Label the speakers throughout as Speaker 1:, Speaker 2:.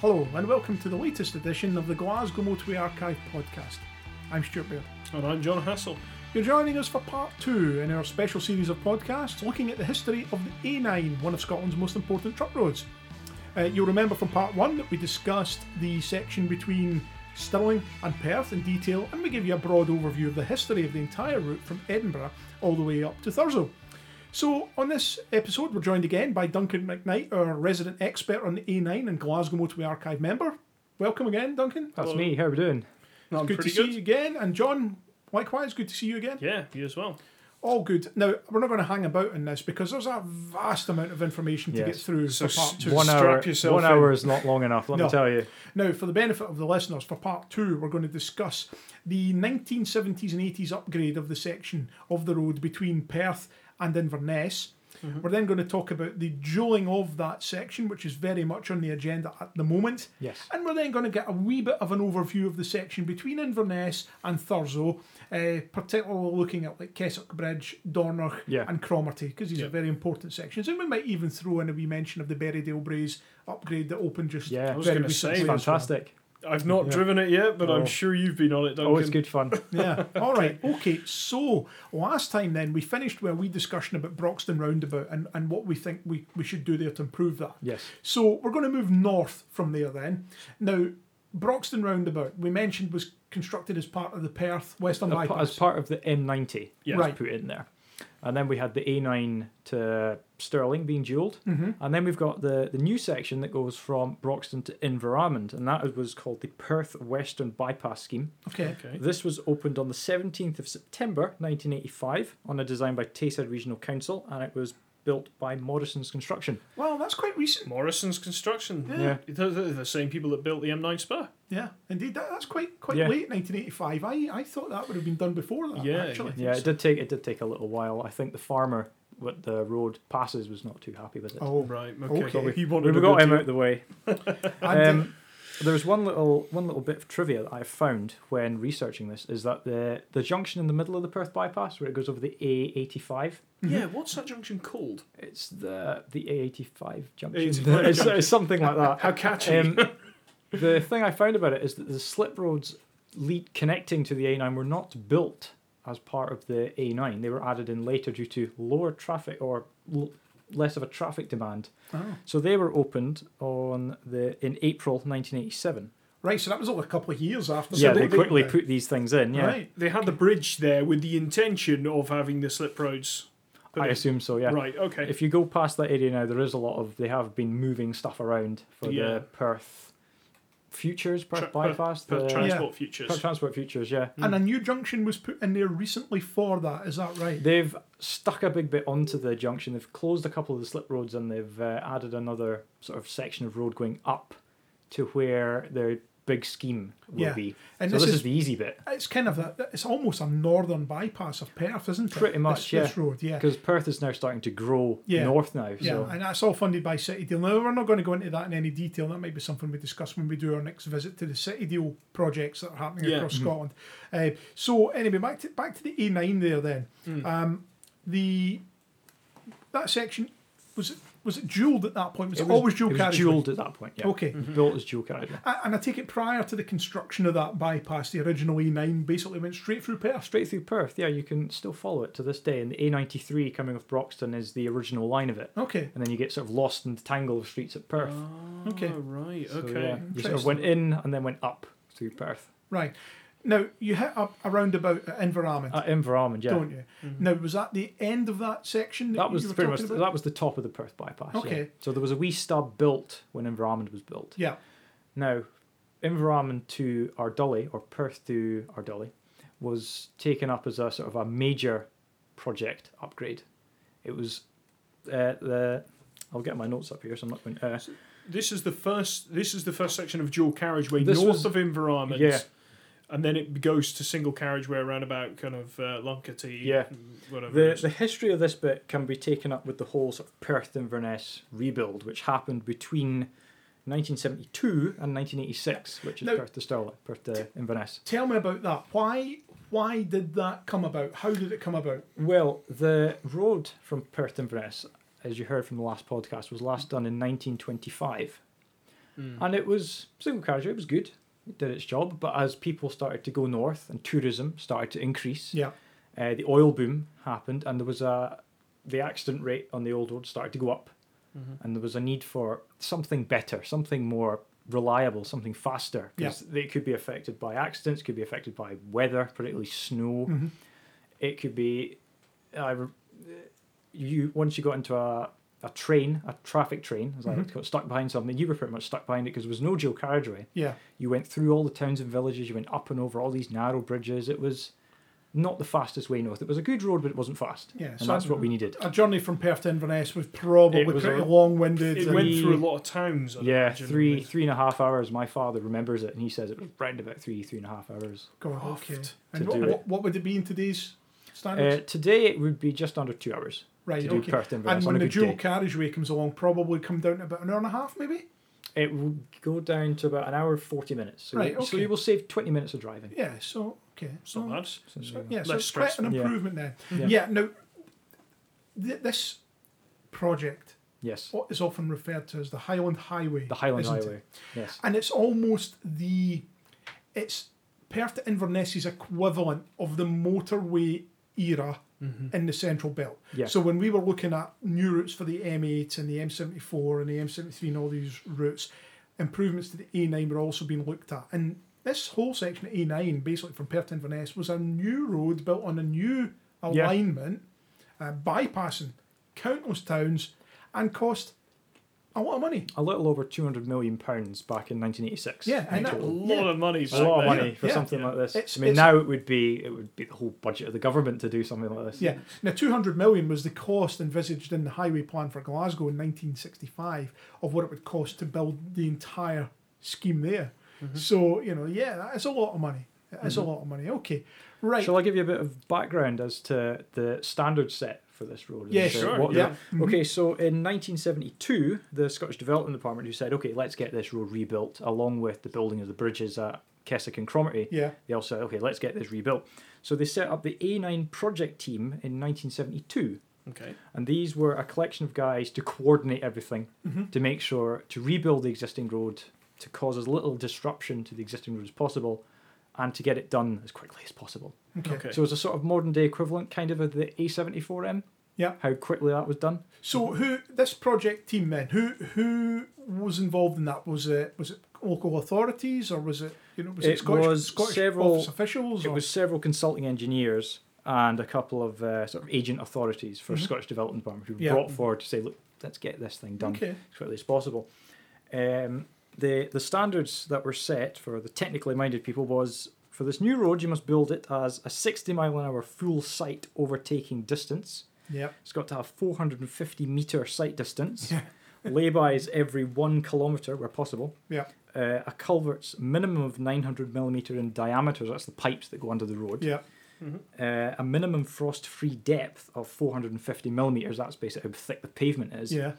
Speaker 1: Hello, and welcome to the latest edition of the Glasgow Motorway Archive podcast. I'm Stuart Bear.
Speaker 2: And I'm John Hassel.
Speaker 1: You're joining us for part two in our special series of podcasts looking at the history of the A9, one of Scotland's most important truck roads. Uh, you'll remember from part one that we discussed the section between Stirling and Perth in detail, and we give you a broad overview of the history of the entire route from Edinburgh all the way up to Thurso. So, on this episode, we're joined again by Duncan McKnight, our resident expert on the A9 and Glasgow Motorway Archive member. Welcome again, Duncan.
Speaker 3: That's me. How are we doing?
Speaker 2: I'm
Speaker 1: good to
Speaker 2: pretty
Speaker 1: see
Speaker 2: good.
Speaker 1: you again. And John, likewise, good to see you again.
Speaker 2: Yeah, you as well.
Speaker 1: All good. Now, we're not going to hang about in this because there's a vast amount of information to
Speaker 3: Yes.
Speaker 1: get through for part two.
Speaker 3: one hour.
Speaker 2: strap yourself
Speaker 3: one
Speaker 2: in.
Speaker 3: hour is not long enough. Let
Speaker 1: No.
Speaker 3: me tell you.
Speaker 1: Now, for the benefit of the listeners, for part two, we're going to discuss the 1970s and 80s upgrade of the section of the road between Perth and Inverness.
Speaker 3: Mm-hmm.
Speaker 1: We're then going to talk about the duelling of that section, which is very much on the agenda at the moment.
Speaker 3: Yes.
Speaker 1: And we're then going to get a wee bit of an overview of the section between Inverness and Thurso, uh, particularly looking at like Keswick Bridge, Dornoch,
Speaker 3: Yeah.
Speaker 1: and Cromarty, because these
Speaker 2: Yeah.
Speaker 1: are very important sections. And we might even throw in a wee mention of the Berrydale Braes upgrade that opened just
Speaker 3: Yeah. I
Speaker 2: was
Speaker 1: very
Speaker 2: gonna
Speaker 1: recently
Speaker 2: say,
Speaker 1: as well.
Speaker 3: Fantastic.
Speaker 2: I've not driven it yet, but I'm
Speaker 3: Oh.
Speaker 2: sure you've been on it, Duncan.
Speaker 3: Always good fun.
Speaker 1: Yeah. All right. Okay. So last time then we finished with a wee discussion about Broxton Roundabout and, and what we think we, we should do there to improve that.
Speaker 3: Yes.
Speaker 1: So we're going to move north from there then. Now, Broxton Roundabout, we mentioned, was constructed as part of the Perth
Speaker 2: Oh
Speaker 1: Western
Speaker 3: A-
Speaker 1: Bypass.
Speaker 3: As part of the M90,
Speaker 2: Yeah.
Speaker 3: was
Speaker 1: Right.
Speaker 3: put in there, and then we had the A9 to Stirling being duelled,
Speaker 1: Mm-hmm,
Speaker 3: and then we've got the the new section that goes from Broxton to Inveramond, and that was called the Perth Western Bypass Scheme.
Speaker 1: okay.
Speaker 2: Okay.
Speaker 3: This was opened on the 17th of September 1985 on a design by Tayside Regional Council, and it was built by Morrison's Construction.
Speaker 1: Well, that's quite recent.
Speaker 2: Morrison's Construction.
Speaker 3: Yeah.
Speaker 2: They're they're the same people that built the M9 Spur.
Speaker 1: Yeah, indeed. That, that's quite quite
Speaker 3: Yeah.
Speaker 1: late, 1985. I I thought that would have been done before that.
Speaker 2: Yeah,
Speaker 1: Actually.
Speaker 3: Yeah, it did take it did take a little while. I think the farmer what the road passes was not too happy with it.
Speaker 1: Oh,
Speaker 2: Right. Okay.
Speaker 1: Okay.
Speaker 2: He
Speaker 3: we
Speaker 2: wanted a
Speaker 3: got
Speaker 2: good
Speaker 3: him
Speaker 2: deal.
Speaker 3: out the way.
Speaker 1: And, uh,
Speaker 3: Um, there's one little one little bit of trivia that I found when researching this is that the the junction in the middle of the Perth bypass where it goes over the A85.
Speaker 2: Yeah. What's that junction called?
Speaker 3: It's the the A85 junction.
Speaker 2: A85
Speaker 3: it's, it's something like that.
Speaker 2: How catchy.
Speaker 3: Um, the thing I found about it is that the slip roads lead connecting to the A9 were not built as part of the A9. They were added in later due to lower traffic or l- less of a traffic demand.
Speaker 1: oh.
Speaker 3: So they were opened on the in April 1987.
Speaker 1: Right. So that was all a couple of years after.
Speaker 3: yeah,
Speaker 1: so
Speaker 3: they, quickly put these things in. Yeah,
Speaker 1: Right.
Speaker 2: they had the bridge there with the intention of having the slip roads. put
Speaker 3: I
Speaker 2: in.
Speaker 3: assume so. Yeah.
Speaker 2: Right. Okay.
Speaker 3: If you go past that area now, there is a lot of they have been moving stuff around for
Speaker 2: Yeah.
Speaker 3: the Perth Futures, Perth
Speaker 2: Tra- Perth-
Speaker 3: bypass,
Speaker 2: Perth
Speaker 3: the
Speaker 2: Transport Futures.
Speaker 3: Perth Transport Futures. Yeah.
Speaker 1: And a new junction was put in there recently for that. Is that right?
Speaker 3: They've stuck a big bit onto the junction. They've closed a couple of the slip roads and they've uh, added another sort of section of road going up to where their big scheme will
Speaker 1: Yeah.
Speaker 3: be.
Speaker 1: And
Speaker 3: so
Speaker 1: this
Speaker 3: this,
Speaker 1: is-
Speaker 3: is, the easy bit
Speaker 1: It's kind of a, it's almost a northern bypass of Perth, isn't it?
Speaker 3: Pretty much,
Speaker 1: This-
Speaker 3: yeah.
Speaker 1: This road, yeah.
Speaker 3: because Perth is now starting to grow
Speaker 1: Yeah.
Speaker 3: north now.
Speaker 1: Yeah,
Speaker 3: So
Speaker 1: and that's all funded by City Deal. Now, we're not going to go into that in any detail. That might be something we discuss when we do our next visit to the City Deal projects that are happening
Speaker 2: Yeah.
Speaker 3: Mm-hmm.
Speaker 1: across Scotland. Uh, so, anyway, back to back to the A9 there. Then,
Speaker 3: Mm.
Speaker 1: um, the that section was it was it duelled at that point? Was it,
Speaker 3: was-
Speaker 1: always dual
Speaker 3: it was
Speaker 1: carriage?
Speaker 3: duelled at that point. Yeah.
Speaker 1: Okay.
Speaker 3: Built as dual carriage.
Speaker 1: A- And I take it prior to the construction of that bypass, the original A9 basically went straight through Perth.
Speaker 3: Straight through Perth. Yeah, you can still follow it to this day. And the A93 coming off Broxton is the original line of it.
Speaker 1: Okay,
Speaker 3: And then you get sort of lost in the tangle of streets at Perth.
Speaker 1: Okay.
Speaker 2: Ah, right.
Speaker 3: So,
Speaker 2: Okay.
Speaker 3: yeah, you sort of went in and then went up through Perth.
Speaker 1: right. Now you hit up a roundabout at Inveramid,
Speaker 3: At Inveramond, Uh, yeah. Mm-hmm.
Speaker 1: don't you? Now was that the end of that section? That,
Speaker 3: That
Speaker 1: you
Speaker 3: was
Speaker 1: were
Speaker 3: pretty much
Speaker 1: talking about?
Speaker 3: that was the top of the Perth bypass. yeah.
Speaker 1: Okay.
Speaker 3: So there was a wee stub built when Inveramond was built.
Speaker 1: Yeah,
Speaker 3: Now, Inveramond to Ardully or Perth to Ardully was taken up as a sort of a major project upgrade. It was uh, the I'll get my notes up here, so I'm not going. Uh,
Speaker 2: This is the first. This is the first section of dual carriageway
Speaker 3: This
Speaker 2: north
Speaker 3: was-
Speaker 2: of Inveramond.
Speaker 3: Yeah.
Speaker 2: And then it goes to single carriageway around about kind of uh, Lunkerty.
Speaker 3: Yeah.
Speaker 2: Whatever. it
Speaker 3: the
Speaker 2: is.
Speaker 3: the history of this bit can be taken up with the whole sort of Perth Inverness rebuild, which happened between 1972 and 1986, which is
Speaker 1: Now-
Speaker 3: Perth to Stirling, Perth to Inverness.
Speaker 1: tell me about that. Why? Why did that come about? How did it come about?
Speaker 3: Well, the road from Perth to Inverness, as you heard from the last podcast, was last done in 1925.
Speaker 2: Mm.
Speaker 3: and it was single carriage. It was good. It did its job, but as people started to go north and tourism started to increase,
Speaker 1: Yeah.
Speaker 3: uh, the oil boom happened, and there was a the accident rate on the old road started to go up,
Speaker 2: Mhm.
Speaker 3: and there was a need for something better, something more reliable, something faster, because they could be affected by accidents, could be affected by weather, particularly snow.
Speaker 1: Mhm.
Speaker 3: It could be, I re- you once you got into a a train, a traffic train, as I
Speaker 1: Mm-hmm.
Speaker 3: like to call it, stuck behind something, you were pretty much stuck behind it because there was no dual carriageway.
Speaker 1: Yeah.
Speaker 3: You went through all the towns and villages. You went up and over all these narrow bridges. It was not the fastest way north. It was a good road, but it wasn't fast.
Speaker 1: Yeah,
Speaker 3: and
Speaker 1: so
Speaker 3: that's
Speaker 1: I-
Speaker 3: what we needed.
Speaker 1: A journey from Perth to Inverness was probably
Speaker 3: It was
Speaker 1: pretty
Speaker 3: a-
Speaker 1: long-winded.
Speaker 2: It
Speaker 1: and-
Speaker 2: went through a lot of towns. I'd
Speaker 3: Yeah,
Speaker 2: imagine,
Speaker 3: three
Speaker 2: and-
Speaker 3: three and a half hours. My father remembers it, and he says it was round about three three and a half hours.
Speaker 1: God, okay.
Speaker 2: Oft
Speaker 1: And
Speaker 3: to
Speaker 1: what,
Speaker 3: do
Speaker 1: what, what would it be in today's
Speaker 3: Uh,
Speaker 1: standards?
Speaker 3: today it would be just under two hours
Speaker 1: right,
Speaker 3: to do
Speaker 1: okay.
Speaker 3: Perth to
Speaker 1: And
Speaker 3: Inverness on
Speaker 1: when
Speaker 3: a
Speaker 1: the
Speaker 3: good
Speaker 1: dual
Speaker 3: day.
Speaker 1: carriageway comes along, probably come down to about an hour and a half, maybe.
Speaker 3: It will go down to about an hour and forty minutes. So,
Speaker 1: Right,
Speaker 3: so
Speaker 1: okay.
Speaker 3: you will save twenty minutes of driving.
Speaker 1: Yeah. So okay.
Speaker 2: It's not
Speaker 1: so-
Speaker 2: bad.
Speaker 3: So
Speaker 1: So,
Speaker 3: there you
Speaker 1: yeah, so
Speaker 2: Less
Speaker 1: it's quite an
Speaker 2: stressful.
Speaker 3: Yeah.
Speaker 1: improvement then.
Speaker 3: Yeah.
Speaker 1: Yeah. now th- this project
Speaker 3: go. Yes,
Speaker 1: o- is often referred to as the Highland Highway.
Speaker 3: the Highland
Speaker 1: isn't it?
Speaker 3: Highway. Yes,
Speaker 1: And it's almost the it's Perth to Inverness's equivalent of the motorway era
Speaker 3: Mm-hmm.
Speaker 1: in the Central Belt.
Speaker 3: Yeah.
Speaker 1: So when we were looking at new routes for the M8 and the M74 and the M73 and all these routes, improvements to the A9 were also being looked at. And this whole section of A9, basically from Perth to Inverness, was a new road built on a new
Speaker 3: Yeah.
Speaker 1: alignment, uh, bypassing countless towns, and cost a lot of money.
Speaker 3: a little over two hundred million pounds back in nineteen eighty six.
Speaker 1: Yeah, I
Speaker 2: A
Speaker 1: know.
Speaker 2: lot
Speaker 1: Yeah.
Speaker 2: of money.
Speaker 3: a lot of
Speaker 2: back
Speaker 3: money
Speaker 2: then.
Speaker 3: for
Speaker 1: yeah.
Speaker 3: something
Speaker 2: Yeah.
Speaker 3: like this.
Speaker 1: It's-
Speaker 3: I mean,
Speaker 1: it's-
Speaker 3: now it would be it would be the whole budget of the government to do something like this.
Speaker 1: Yeah. Now, 200 million was the cost envisaged in the highway plan for Glasgow in 1965 of what it would cost to build the entire scheme there.
Speaker 3: Mm-hmm.
Speaker 1: So, you know, yeah, that is a lot of money. It's a lot of money. Okay. Right.
Speaker 3: Shall I give you a bit of background as to the standard set for this road? and
Speaker 1: Yeah,
Speaker 3: so
Speaker 2: sure,
Speaker 3: what the-
Speaker 1: yeah. Mhm.
Speaker 3: Okay, so in 1972, the Scottish Development Department who said, okay, let's get this road rebuilt, along with the building of the bridges at Keswick and Cromarty.
Speaker 1: yeah.
Speaker 3: They also said, okay, let's get this rebuilt. So they set up the A9 project team in 1972.
Speaker 2: Okay.
Speaker 3: And these were a collection of guys to coordinate everything
Speaker 1: Mhm.
Speaker 3: to make sure to rebuild the existing road, to cause as little disruption to the existing road as possible, and to get it done as quickly as possible.
Speaker 1: Okay.
Speaker 2: Okay.
Speaker 3: So it's a sort of modern day equivalent, kind of, of the A74M.
Speaker 1: Yeah.
Speaker 3: How quickly that was done.
Speaker 1: So, who this project team then? Who who was involved in that? Was it was it local authorities or was it you know was it,
Speaker 3: It
Speaker 1: Scottish,
Speaker 3: was
Speaker 1: Scottish
Speaker 3: several-
Speaker 1: office officials?
Speaker 3: It
Speaker 1: or-
Speaker 3: was several consulting engineers and a couple of uh, sort of agent authorities for
Speaker 1: Mhm.
Speaker 3: Scottish Development Department who were
Speaker 1: Yeah.
Speaker 3: brought forward to say, look, let's get this thing done.
Speaker 1: okay.
Speaker 3: as quickly as possible. Um, the the standards that were set for the technically minded people was for this new road you must build it as a 60 mile an hour full sight overtaking distance.
Speaker 1: Yeah.
Speaker 3: It's got to have 450 meter sight distance.
Speaker 1: Yeah.
Speaker 3: Laybys every one kilometer where possible.
Speaker 1: Yeah.
Speaker 3: Uh, a culvert's minimum of 900 millimeter in diameter. That's the pipes that go under the road.
Speaker 1: Yeah.
Speaker 3: Uh, a minimum frost-free depth of 450 millimeters. That's basically how thick the pavement is.
Speaker 1: Yeah.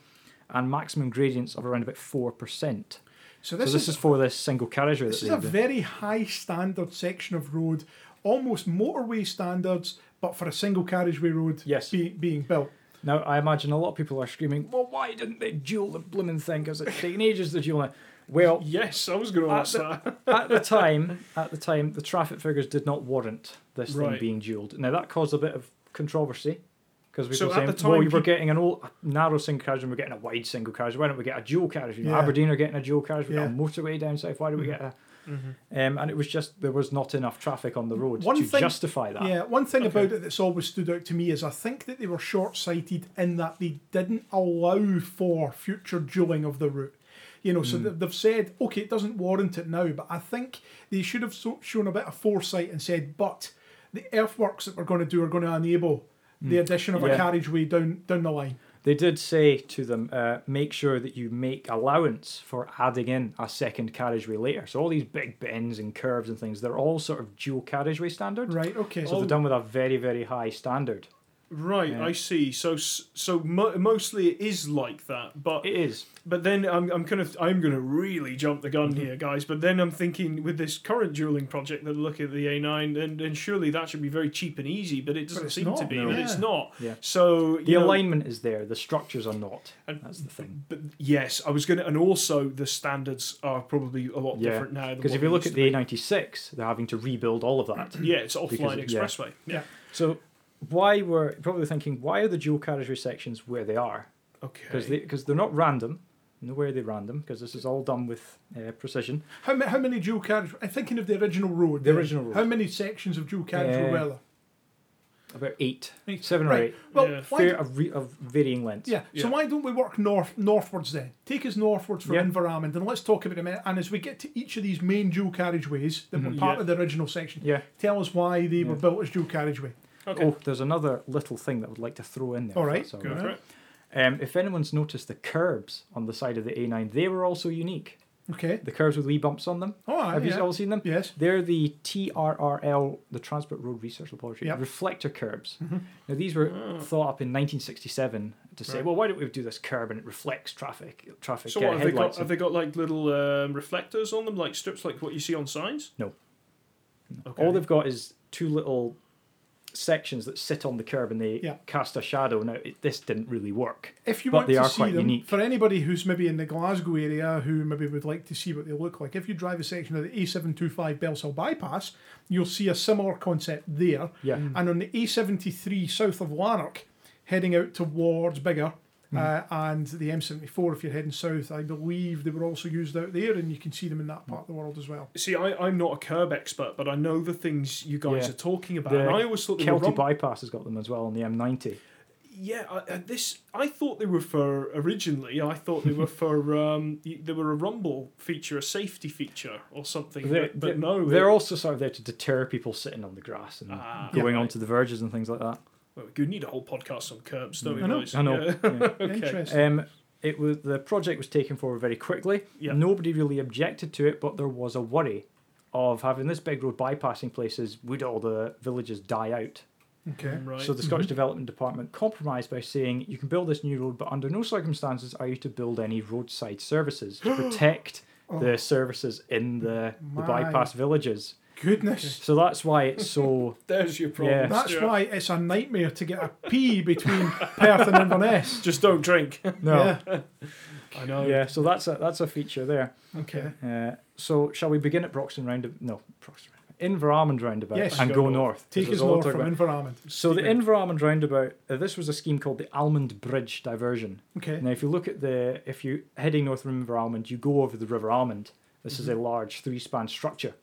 Speaker 3: And maximum gradients of around about four percent
Speaker 1: So this,
Speaker 3: so this is, for this single carriageway.
Speaker 1: This
Speaker 3: that
Speaker 1: is
Speaker 3: they
Speaker 1: a
Speaker 3: do.
Speaker 1: very high standard section of road, almost motorway standards, but for a single carriageway road
Speaker 3: Yes.
Speaker 1: be, being built.
Speaker 3: now I imagine a lot of people are screaming, "Well, why didn't they duel the blooming thing? Because it's taken ages to duel." it." Well,
Speaker 2: Yes, I was going to
Speaker 3: Uh,
Speaker 2: ask that.
Speaker 3: at the time, at the time, the traffic figures did not warrant this thing
Speaker 2: Right.
Speaker 3: being duelled. Now that caused a bit of controversy because we
Speaker 2: So
Speaker 3: were
Speaker 2: at
Speaker 3: saying,
Speaker 2: the
Speaker 3: "Well,
Speaker 2: time,
Speaker 3: we were
Speaker 2: peop-
Speaker 3: getting an old a narrow single carriage, and we're getting a wide single carriage. Why don't we get a dual carriage? You know,
Speaker 1: Yeah.
Speaker 3: Aberdeen are getting a dual carriage. We've got a
Speaker 1: Yeah.
Speaker 3: motorway down south. Why do we get a?" Um, and it was just there was not enough traffic on the road
Speaker 1: One
Speaker 3: to
Speaker 1: thing-
Speaker 3: justify that.
Speaker 1: Yeah, one thing
Speaker 2: Okay.
Speaker 1: about it that's always stood out to me is I think that they were short sighted in that they didn't allow for future dueling of the route. You know,
Speaker 3: Hmm.
Speaker 1: so th- they've said, okay, it doesn't warrant it now, but I think they should have so- shown a bit of foresight and said, but the earthworks that we're going to do are going to enable the addition of
Speaker 3: Hmm. Yeah.
Speaker 1: a carriageway down down the line.
Speaker 3: They did say to them, uh, make sure that you make allowance for adding in a second carriageway later. So all these big bends and curves and things, they're all sort of dual carriageway standard.
Speaker 1: Right, okay.
Speaker 3: So they're done with a very, very high standard.
Speaker 2: Right,
Speaker 3: Yeah.
Speaker 2: I see. So, s- so mo- mostly it is like that, but
Speaker 3: It is.
Speaker 2: but then I'm I'm kind of I'm gonna really jump the gun here, guys. But then I'm thinking with this current dueling project that look at the A9, and, and surely that should be very cheap and easy, but it doesn't
Speaker 1: it's
Speaker 2: seem to
Speaker 1: not,
Speaker 2: be.
Speaker 1: no.
Speaker 2: But it's
Speaker 1: Yeah.
Speaker 2: not.
Speaker 3: Yeah.
Speaker 2: So
Speaker 3: The
Speaker 2: you know,
Speaker 3: alignment is there. The structures are not.
Speaker 2: And-
Speaker 3: That's the thing.
Speaker 2: But yes, I was gonna, and also the standards are probably a lot
Speaker 3: Yeah,
Speaker 2: different now. than
Speaker 3: Because
Speaker 2: what
Speaker 3: if you
Speaker 2: they
Speaker 3: look
Speaker 2: used
Speaker 3: at
Speaker 2: to
Speaker 3: the A96, they're having to rebuild all of that.
Speaker 2: be. yeah, it's
Speaker 3: because
Speaker 2: offline
Speaker 3: of- yeah.
Speaker 2: expressway. Yeah.
Speaker 3: So why were probably thinking why are the dual carriageway sections where they are?
Speaker 2: Okay.
Speaker 3: Because they because they're not random. Nowhere they're random because this is all done with uh, precision.
Speaker 1: How, ma- how many dual carriage? I'm thinking of the original road.
Speaker 3: The
Speaker 1: there.
Speaker 3: original road.
Speaker 1: How many sections of dual carriage
Speaker 3: Yeah.
Speaker 1: were there?
Speaker 3: About eight,
Speaker 1: Eight.
Speaker 3: seven or
Speaker 1: Right.
Speaker 3: eight,
Speaker 1: Well,
Speaker 2: Yeah.
Speaker 1: why?
Speaker 3: fair, of, re, of varying lengths.
Speaker 1: yeah. So
Speaker 2: Yeah.
Speaker 1: why don't we work north northwards then? Take us northwards from
Speaker 3: Yeah.
Speaker 1: Inveramond, and let's talk about it. a minute. And as we get to each of these main dual carriageways that were
Speaker 2: Mhm.
Speaker 1: part
Speaker 2: Yeah.
Speaker 1: of the original section,
Speaker 3: Yeah.
Speaker 1: tell us why they were
Speaker 3: Mm-hmm. Yeah.
Speaker 1: built as dual carriageway.
Speaker 2: okay.
Speaker 3: Oh, there's another little thing that I would like to throw in there. if
Speaker 1: All right,
Speaker 3: that's
Speaker 2: Go
Speaker 1: yeah.
Speaker 2: for it.
Speaker 3: Um, if anyone's noticed the curbs on the side of the A9, they were also unique.
Speaker 1: Okay.
Speaker 3: The curbs with wee bumps on them.
Speaker 2: Oh,
Speaker 1: All right.
Speaker 3: Have
Speaker 1: yeah.
Speaker 3: you all seen them?
Speaker 1: Yes.
Speaker 3: They're the TRRL, the Transport Road Research Laboratory,
Speaker 1: Yep.
Speaker 3: reflector curbs.
Speaker 2: Mm-hmm.
Speaker 3: Now, these were
Speaker 2: Oh.
Speaker 3: thought up in 1967 to say,
Speaker 2: Right.
Speaker 3: well, why don't we do this curb and it reflects traffic, traffic
Speaker 2: So
Speaker 3: uh,
Speaker 2: what, have they got?
Speaker 3: headlights?
Speaker 2: Have they got like little um, reflectors on them, like strips, like what you see on signs?
Speaker 3: No.
Speaker 2: Okay.
Speaker 3: All they've got is two little sections that sit on the curb and they
Speaker 1: Yeah.
Speaker 3: cast a shadow. Now, it, this didn't really work.
Speaker 1: If you
Speaker 3: But
Speaker 1: want
Speaker 3: they
Speaker 1: to
Speaker 3: are
Speaker 1: see
Speaker 3: quite
Speaker 1: them,
Speaker 3: unique.
Speaker 1: for anybody who's maybe in the Glasgow area who maybe would like to see what they look like, if you drive a section of the A725 Belsall Bypass, you'll see a similar concept there.
Speaker 3: Yeah.
Speaker 1: Mm-hmm. And on the A73 south of Lanark, heading out towards Biggar uh,
Speaker 3: Mm-hmm.
Speaker 1: and the M74, if you're heading south, I believe they were also used out there, and you can see them in that part of the world as well.
Speaker 2: See, I, I'm not a curb expert, but I know the things you guys
Speaker 3: Yeah.
Speaker 2: are talking about.
Speaker 3: The
Speaker 2: and I always thought they were
Speaker 3: Kelty
Speaker 2: rom-
Speaker 3: Bypass has got them as well on the M90.
Speaker 2: yeah. I, uh, this I thought they were for originally. I thought they were for um. y- They were a rumble feature, a safety feature, or something.
Speaker 3: They're-
Speaker 2: but, but no,
Speaker 3: They're
Speaker 2: it-
Speaker 3: also sort of there to deter people sitting on the grass and
Speaker 2: Oh, Ah,
Speaker 3: going
Speaker 2: yeah.
Speaker 3: onto the verges and things like that.
Speaker 2: Well, we need a whole podcast on curbs, don't we?
Speaker 1: I know,
Speaker 2: Boys?
Speaker 3: I know.
Speaker 2: Yeah.
Speaker 3: yeah.
Speaker 2: okay.
Speaker 1: Interesting.
Speaker 3: Um, it was the project was taken forward very quickly.
Speaker 2: Yeah.
Speaker 3: Nobody really objected to it, but there was a worry of having this big road bypassing places. Would all the villages die out?
Speaker 1: Okay.
Speaker 2: Right.
Speaker 3: So the Scottish Development Department compromised by saying you can build this new road, but under no circumstances are you to build any roadside services to protect the services in the, the
Speaker 1: Oh. My.
Speaker 3: bypass villages.
Speaker 1: Goodness.
Speaker 3: So that's why it's so
Speaker 2: There's your problem.
Speaker 3: Yeah.
Speaker 1: That's
Speaker 2: Stuart.
Speaker 1: why it's a nightmare to get a pee between Perth and Inverness.
Speaker 2: Just don't drink.
Speaker 3: no.
Speaker 1: Yeah.
Speaker 2: I know.
Speaker 3: Yeah. so that's a that's a feature there.
Speaker 1: Okay.
Speaker 3: Uh, so shall we begin at Broxton Roundabout? No, Broxton Roundabout. Inveramond Roundabout
Speaker 1: Yes.
Speaker 3: and go,
Speaker 2: Go north.
Speaker 3: north.
Speaker 1: Take
Speaker 3: This
Speaker 1: us
Speaker 3: is all I'll
Speaker 1: north
Speaker 3: talk
Speaker 1: from
Speaker 3: about.
Speaker 1: Inveramond.
Speaker 3: So the Inveramond Roundabout. Uh, this was a scheme called the Almond Bridge Diversion.
Speaker 1: Okay.
Speaker 3: Now, if you look at the, if you heading north from River Almond, you go over the River Almond. This is a large three-span structure.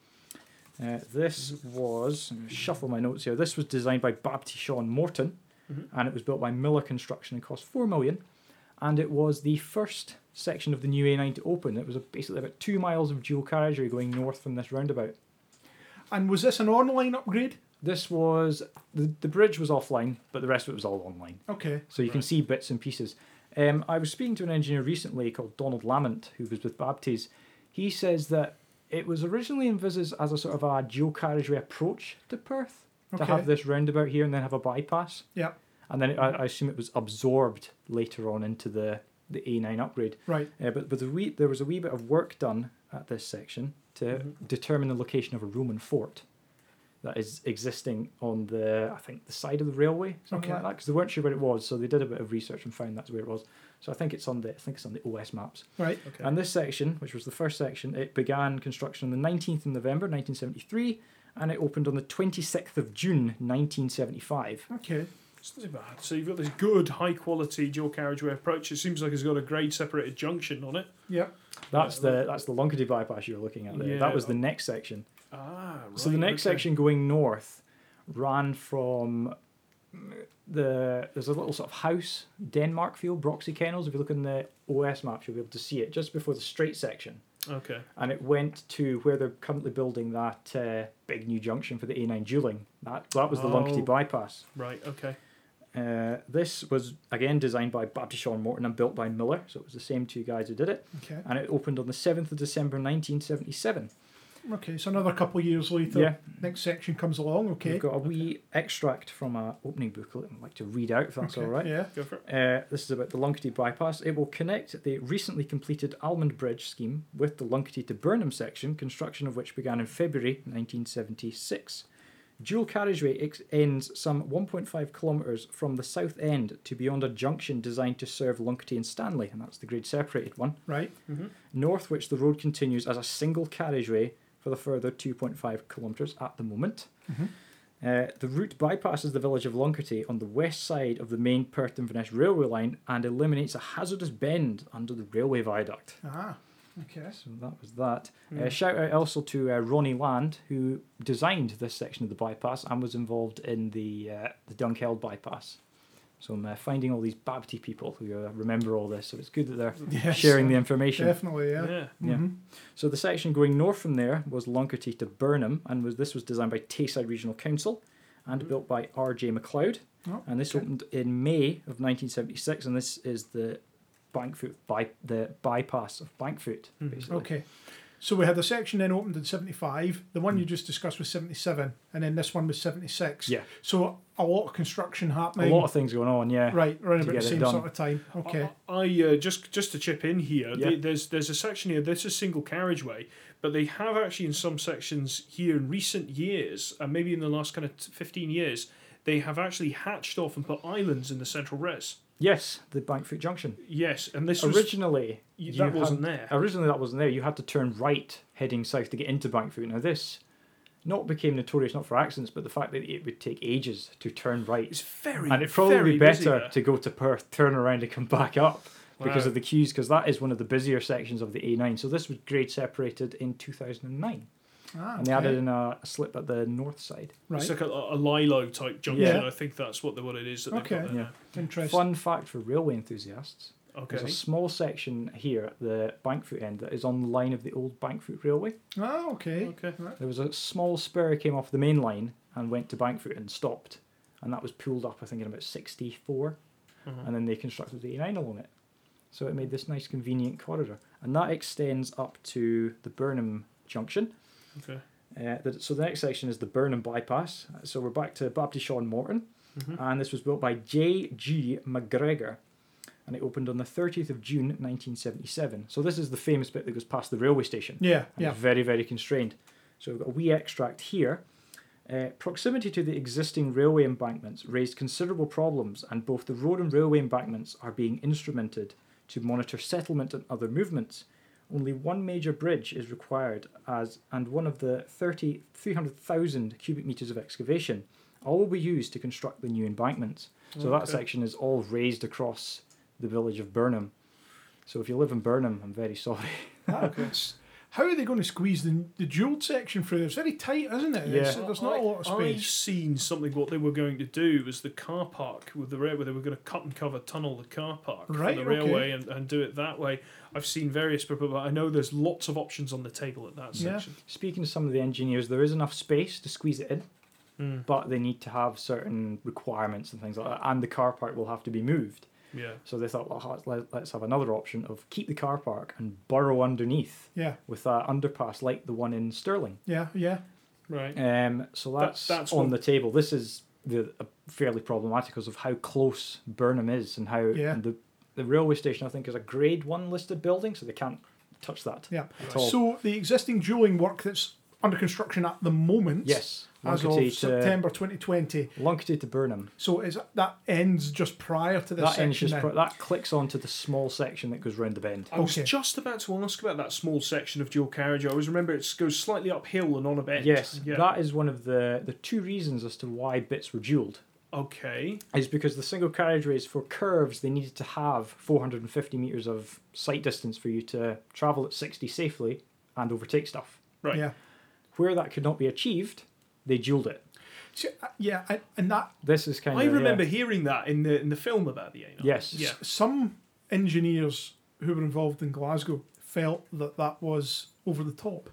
Speaker 3: Uh, this was I'm gonna shuffle my notes here. This was designed by Babty Sean Morton,
Speaker 2: Mhm.
Speaker 3: and it was built by Miller Construction and cost four million. And it was the first section of the new A9 to open. It was a, basically about two miles of dual carriageway going north from this roundabout.
Speaker 1: And was this an online upgrade?
Speaker 3: This was the, the bridge was offline, but the rest of it was all online.
Speaker 1: Okay.
Speaker 3: So you can
Speaker 2: Right.
Speaker 3: see bits and pieces. Um, I was speaking to an engineer recently called Donald Lament, who was with Babtes. He says that it was originally envisaged as a sort of a dual carriageway approach to Perth to
Speaker 1: Okay.
Speaker 3: have this roundabout here and then have a bypass.
Speaker 1: Yeah.
Speaker 3: And then it, I, I assume it was absorbed later on into the, the A9 upgrade.
Speaker 1: Right.
Speaker 3: Uh, but but the wee, there was a wee bit of work done at this section to
Speaker 2: Mhm.
Speaker 3: determine the location of a Roman fort that is existing on the I think the side of the railway something
Speaker 1: Okay.
Speaker 3: like that because they weren't sure where it was so they did a bit of research and found that's where it was so I think it's on the I think it's on the OS maps
Speaker 1: Right.
Speaker 2: Okay.
Speaker 3: and this section which was the first section it began construction on the 19th of November 1973 and it opened on the 26th of June 1975
Speaker 1: Okay.
Speaker 2: It's not too bad. So you've got this good, high quality dual carriageway approach. It seems like it's got a grade separated junction on it.
Speaker 1: Yeah.
Speaker 3: that's the that's the Loncady bypass you're looking at there
Speaker 2: Yeah.
Speaker 3: that was the next section
Speaker 2: Ah, right.
Speaker 3: So the next
Speaker 2: okay.
Speaker 3: section going north ran from uh, the there's a little sort of house Denmark field Broxy Kennels. If you look in the OS maps, you'll be able to see it just before the straight section,
Speaker 2: Okay.
Speaker 3: and it went to where they're currently building that uh, big new junction for the A9 dueling. That that was the Lunkety
Speaker 2: Oh.
Speaker 3: bypass.
Speaker 2: Right. Okay.
Speaker 3: Uh, this was again designed by Babtishawn Morton and built by Miller, so it was the same two guys who did it
Speaker 1: Okay.
Speaker 3: and it opened on the 7th of December 1977.
Speaker 1: Okay, so another couple of years later,
Speaker 3: Yeah.
Speaker 1: next section comes along. Okay.
Speaker 3: We've got a wee extract from a opening booklet I'd like to read out if that's
Speaker 1: Okay,
Speaker 3: all right.
Speaker 1: Yeah.
Speaker 2: Go for it.
Speaker 3: Uh, this is about the Lunkety bypass. It will connect the recently completed Almond Bridge scheme with the Lunkety to Burnham section, construction of which began in February 1976. Dual carriageway ex- ends some 1.5 kilometres from the south end to beyond a junction designed to serve Lunkety and Stanley, and that's the grade separated one,
Speaker 1: Right.
Speaker 3: north which the road continues as a single carriageway for the further 2.5 kilometres at the moment.
Speaker 1: Mhm.
Speaker 3: Uh, the route bypasses the village of Loncarty on the west side of the main Perth Inverness railway line and eliminates a hazardous bend under the railway viaduct.
Speaker 1: Ah. Okay.
Speaker 3: So that was that.
Speaker 2: Mm-hmm.
Speaker 3: Uh,
Speaker 2: Hmm.
Speaker 3: shout out also to uh, Ronnie Land, who designed this section of the bypass and was involved in the uh, the Dunkeld bypass. So I'm uh, finding all these Babty people who uh, remember all this. So it's good that they're
Speaker 1: Yes.
Speaker 3: sharing the information.
Speaker 1: Definitely. Yeah.
Speaker 3: Yeah.
Speaker 1: Mhm.
Speaker 3: So the section going north from there was Loncarty to Burnham, and was this was designed by Tayside Regional Council and built by R.J. MacLeod.
Speaker 1: Oh,
Speaker 3: and this
Speaker 1: okay.
Speaker 3: opened in May of 1976, and this is the Bankfoot by the bypass of Bankfoot,
Speaker 2: Mhm.
Speaker 3: basically.
Speaker 1: Okay. So we had the section then opened in 75. The one you just discussed was 77, and then this one was 76.
Speaker 3: Mm. Yeah.
Speaker 1: So a lot of construction
Speaker 3: A
Speaker 1: happening.
Speaker 3: lot of things going on, yeah.
Speaker 1: right, around
Speaker 3: to
Speaker 1: about the
Speaker 3: get it
Speaker 1: same
Speaker 3: done.
Speaker 1: sort of time. Okay.
Speaker 2: I, I uh, just just to chip in here.
Speaker 3: Yeah.
Speaker 2: the- there's there's a section here. This is single carriageway, but they have actually in some sections here in recent years, and maybe in the last kind of t- fifteen years, they have actually hatched off and put islands in the central res.
Speaker 3: Yes, the Bankfoot Junction.
Speaker 2: Yes, and this was
Speaker 3: Originally,
Speaker 2: y-
Speaker 3: you
Speaker 2: that wasn't
Speaker 3: had-
Speaker 2: there.
Speaker 3: Originally, that wasn't there. You had to turn right heading south to get into Bankfoot. Now, this not became notorious not for accidents, but the fact that it would take ages to turn right.
Speaker 2: It's very
Speaker 3: and it'd probably
Speaker 2: very
Speaker 3: be
Speaker 2: busy
Speaker 3: better
Speaker 2: there.
Speaker 3: to go to Perth, turn around, and come back up because
Speaker 2: Wow.
Speaker 3: of the queues, because that is one of the busier sections of the A9. So this was grade separated in 2009,
Speaker 1: Ah,
Speaker 3: and they
Speaker 1: okay.
Speaker 3: added in a, a slip at the north side.
Speaker 1: right.
Speaker 2: It's like a, a lilo type junction.
Speaker 1: Yeah.
Speaker 2: I think that's what the, what it is that
Speaker 1: Okay.
Speaker 2: they've got there.
Speaker 3: Yeah.
Speaker 1: Interesting.
Speaker 3: Fun fact for railway enthusiasts:
Speaker 2: Okay.
Speaker 3: there's a small section here at the Bankfoot end that is on the line of the old Bankfoot Railway.
Speaker 1: Ah, okay.
Speaker 2: Okay.
Speaker 3: There was a small spur came off the main line and went to Bankfoot and stopped, and that was pulled up I think in about '64.
Speaker 2: Uh-huh.
Speaker 3: and then they constructed the A9 along it. So it made this nice convenient corridor, and that extends up to the Burnham junction.
Speaker 2: Okay.
Speaker 3: Uh, the, so the next section is the Burnham bypass. So we're back to Babty Sean Morton,
Speaker 2: Mhm.
Speaker 3: and this was built by J.G. McGregor, and it opened on the 30th of June 1977. So this is the famous bit that goes past the railway station
Speaker 1: Yeah,
Speaker 3: and
Speaker 1: yeah.
Speaker 3: it's very, very constrained. So we've got a wee extract here. Uh, proximity to the existing railway embankments raised considerable problems, and both the road and railway embankments are being instrumented to monitor settlement and other movements. Only one major bridge is required, as and one of the 30, 300,000 cubic metres of excavation, all will be used to construct the new embankments. So that
Speaker 2: Okay.
Speaker 3: section is all raised across the village of Burnham. So if you live in Burnham, I'm very sorry.
Speaker 1: Ah, it's- How are they going to squeeze the, the jeweled section through there? It's very tight, isn't it? It's-
Speaker 3: Yeah.
Speaker 1: there's not a lot of
Speaker 2: I've
Speaker 1: space.
Speaker 2: seen something. What they were going to do was the car park with the rail, where they were going to cut and cover tunnel the car park
Speaker 1: Right,
Speaker 2: from the
Speaker 1: okay.
Speaker 2: railway and, and do it that way. I've seen various proposals. I know there's lots of options on the table at that
Speaker 1: Yeah.
Speaker 2: section.
Speaker 3: speaking to some of the engineers, there is enough space to squeeze it in,
Speaker 2: Mm.
Speaker 3: but they need to have certain requirements and things like that, and the car park will have to be moved.
Speaker 2: Yeah.
Speaker 3: So they thought, well, let's- let- let's have another option of keep the car park and burrow underneath
Speaker 1: Yeah,
Speaker 3: with that underpass like the one in Stirling.
Speaker 1: yeah, yeah.
Speaker 2: Right.
Speaker 3: Um, so
Speaker 2: That-
Speaker 3: that's,
Speaker 2: that's
Speaker 3: on
Speaker 2: what-
Speaker 3: the table. This is the uh, fairly problematic because of how close Burnham is and how
Speaker 1: Yeah.
Speaker 3: and the the railway station I think is a Grade One listed building, so they can't touch that
Speaker 1: Yeah.
Speaker 3: at all.
Speaker 1: So the existing dueling work that's under construction at the moment,
Speaker 3: yes, uh,
Speaker 1: as of
Speaker 3: Loncarty to-
Speaker 1: September 2020.
Speaker 3: Loncarty to Burnham.
Speaker 1: So is that ends just prior to this
Speaker 3: that
Speaker 1: section.
Speaker 3: ends just
Speaker 1: then.
Speaker 3: pro- that clicks onto the small section that goes round the bend.
Speaker 2: I was
Speaker 1: Okay.
Speaker 2: just about to ask about that small section of dual carriage. I always remember it goes slightly uphill and on a bend.
Speaker 3: Yes,
Speaker 2: Yeah.
Speaker 3: that is one of the the two reasons as to why bits were dualed
Speaker 2: okay.
Speaker 3: is because the single carriageways for curves they needed to have 450 meters of sight distance for you to travel at 60 safely and overtake stuff.
Speaker 2: Right.
Speaker 1: Yeah,
Speaker 3: Where that could not be achieved, they dualed it.
Speaker 1: See, uh, yeah, I- and that
Speaker 3: This is kind
Speaker 2: I
Speaker 3: of
Speaker 2: remember hearing that in the in the film about the A9.
Speaker 3: Yes.
Speaker 2: Yeah.
Speaker 1: some engineers who were involved in Glasgow felt that that was over the top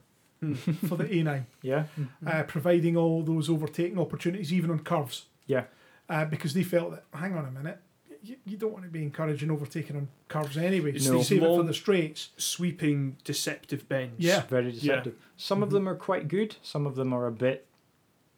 Speaker 3: Hmm.
Speaker 1: for the A9,
Speaker 3: yeah
Speaker 1: uh,
Speaker 3: Hmm.
Speaker 1: providing all those overtaking opportunities, even on curves.
Speaker 3: yeah
Speaker 1: uh, because they felt that hang on a minute, you, you don't want to be encouraging overtaking on curves anyway. So
Speaker 3: No.
Speaker 1: you save it for
Speaker 2: Small-
Speaker 1: the straights.
Speaker 2: sweeping, deceptive bends.
Speaker 1: Yeah.
Speaker 3: Very deceptive. Some of them are quite good. Some of them are a bit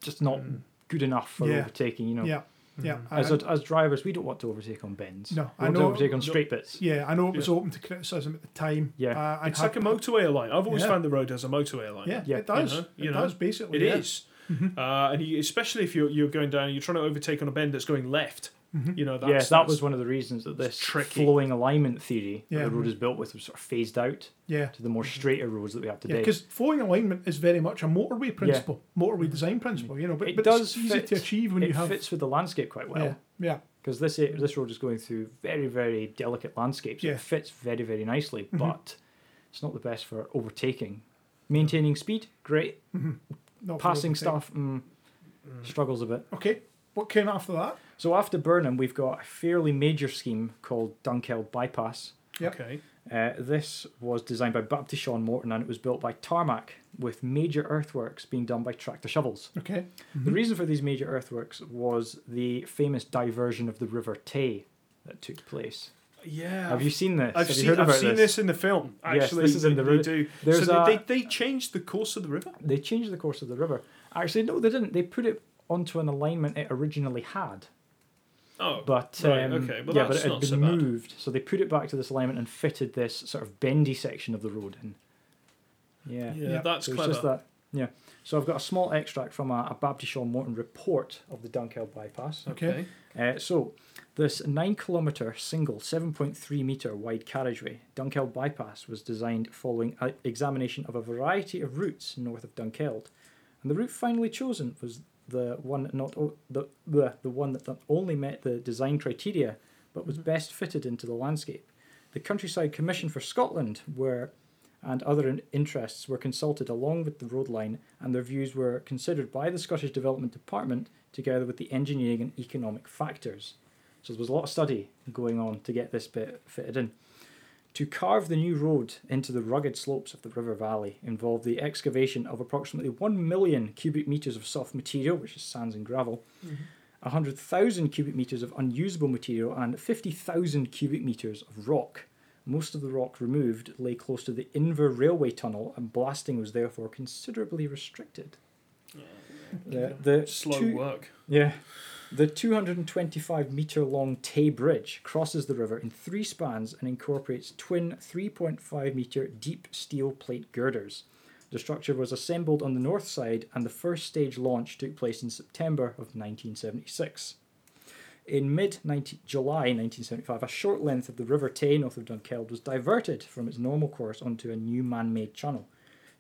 Speaker 3: just not good enough for
Speaker 1: Yeah.
Speaker 3: overtaking. You know,
Speaker 1: Yeah,
Speaker 2: Hmm.
Speaker 1: yeah.
Speaker 3: hmm. as
Speaker 1: I-
Speaker 3: a, as drivers, we don't want to overtake on bends.
Speaker 1: No,
Speaker 3: we
Speaker 1: I
Speaker 3: want
Speaker 1: know-
Speaker 3: to overtake on
Speaker 2: no.
Speaker 3: straight bits.
Speaker 1: yeah, I know it was open to criticism at the time.
Speaker 3: Yeah.
Speaker 1: uh, and
Speaker 2: It's
Speaker 1: had-
Speaker 2: like a motorway line. I've always
Speaker 1: Yeah.
Speaker 2: found the road as a motorway line.
Speaker 1: Yeah,
Speaker 3: Yeah.
Speaker 1: it does.
Speaker 2: You know, you
Speaker 1: it
Speaker 2: know.
Speaker 1: does basically.
Speaker 2: It
Speaker 1: yeah. Mm-hmm.
Speaker 2: is, Uh, and you, especially if you're you're going down, you're trying to overtake on a bend that's going left.
Speaker 1: Mm-hmm.
Speaker 2: You know, that's,
Speaker 3: yeah, that
Speaker 2: that's-
Speaker 3: was one of the reasons that this
Speaker 2: tricky.
Speaker 3: flowing alignment theory
Speaker 1: Yeah.
Speaker 3: that the road is built with was sort of phased out
Speaker 1: Yeah.
Speaker 3: to the more straighter roads that we have
Speaker 1: Yeah,
Speaker 3: today.
Speaker 1: because flowing alignment is very much a motorway principle, motorway design principle. You know, but,
Speaker 3: It
Speaker 1: but
Speaker 3: does
Speaker 1: it's easy
Speaker 3: fit-
Speaker 1: to achieve when
Speaker 3: it
Speaker 1: you have.
Speaker 3: fits with the landscape quite well.
Speaker 1: yeah, yeah,
Speaker 3: because this a- this road is going through very very delicate landscapes.
Speaker 1: Yeah. Mm-hmm.
Speaker 3: It fits very very nicely, but it's not the best for overtaking. Maintaining speed, great.
Speaker 1: not for
Speaker 3: Passing
Speaker 1: overtaking.
Speaker 3: stuff, mm, struggles a bit.
Speaker 1: Okay, what came after that?
Speaker 3: So after Burnham, we've got a fairly major scheme called Dunkeld Bypass.
Speaker 1: Yep.
Speaker 2: okay.
Speaker 3: Uh, this was designed by Baptist Sean Morton and it was built by Tarmac, with major earthworks being done by tractor shovels.
Speaker 1: Okay,
Speaker 3: The reason for these major earthworks was the famous diversion of the River Tay that took place.
Speaker 2: Yeah,
Speaker 3: Have you seen this?
Speaker 2: I've
Speaker 3: Have
Speaker 2: seen,
Speaker 3: you heard
Speaker 2: I've
Speaker 3: about
Speaker 2: seen
Speaker 3: this?
Speaker 2: this in the film.
Speaker 3: Yes,
Speaker 2: Actually,
Speaker 3: this is in the
Speaker 2: they,
Speaker 3: river-
Speaker 2: they do. so
Speaker 3: there's
Speaker 2: they
Speaker 3: a-
Speaker 2: they they changed the course of the river.
Speaker 3: They changed the course of the river. Actually, no, they didn't. They put it onto an alignment it originally had.
Speaker 2: Oh,
Speaker 3: But
Speaker 2: Right,
Speaker 3: um,
Speaker 2: okay, well,
Speaker 3: yeah, but
Speaker 2: that's
Speaker 3: it had
Speaker 2: not
Speaker 3: been
Speaker 2: so bad.
Speaker 3: moved, so they put it back to this alignment and fitted this sort of bendy section of the road in. Yeah,
Speaker 2: yeah,
Speaker 1: Yeah.
Speaker 2: that's
Speaker 3: so it's
Speaker 2: clever.
Speaker 3: just that. Yeah, so I've got a small extract from a, a Baptist Sean Morton report of the Dunkeld bypass.
Speaker 1: Okay.
Speaker 3: Uh, so, this nine-kilometre single, seven point three metre wide carriageway, Dunkeld bypass, was designed following a examination of a variety of routes north of Dunkeld, and the route finally chosen was the one not o- the the, the one that not only met the design criteria but was
Speaker 2: Mm-hmm.
Speaker 3: best fitted into the landscape. The Countryside Commission for Scotland were and other in- interests were consulted along with the road line and their views were considered by the Scottish Development Department together with the engineering and economic factors. So there was a lot of study going on to get this bit fitted in. To carve the new road into the rugged slopes of the river valley involved the excavation of approximately 1 million cubic metres of soft material, which is sands and gravel, 100,000 cubic metres of unusable material, and 50,000 cubic metres of rock. Most of the rock removed lay close to the Inver railway tunnel, and blasting was therefore considerably restricted. The, the
Speaker 2: Slow
Speaker 3: two-
Speaker 2: work.
Speaker 3: yeah. The 225 metre long Tay Bridge crosses the river in three spans and incorporates twin 3.5 metre deep steel plate girders. The structure was assembled on the north side and the first stage launch took place in September of 1976. In mid 19, July 1975, a short length of the River Tay north of Dunkeld was diverted from its normal course onto a new man made channel.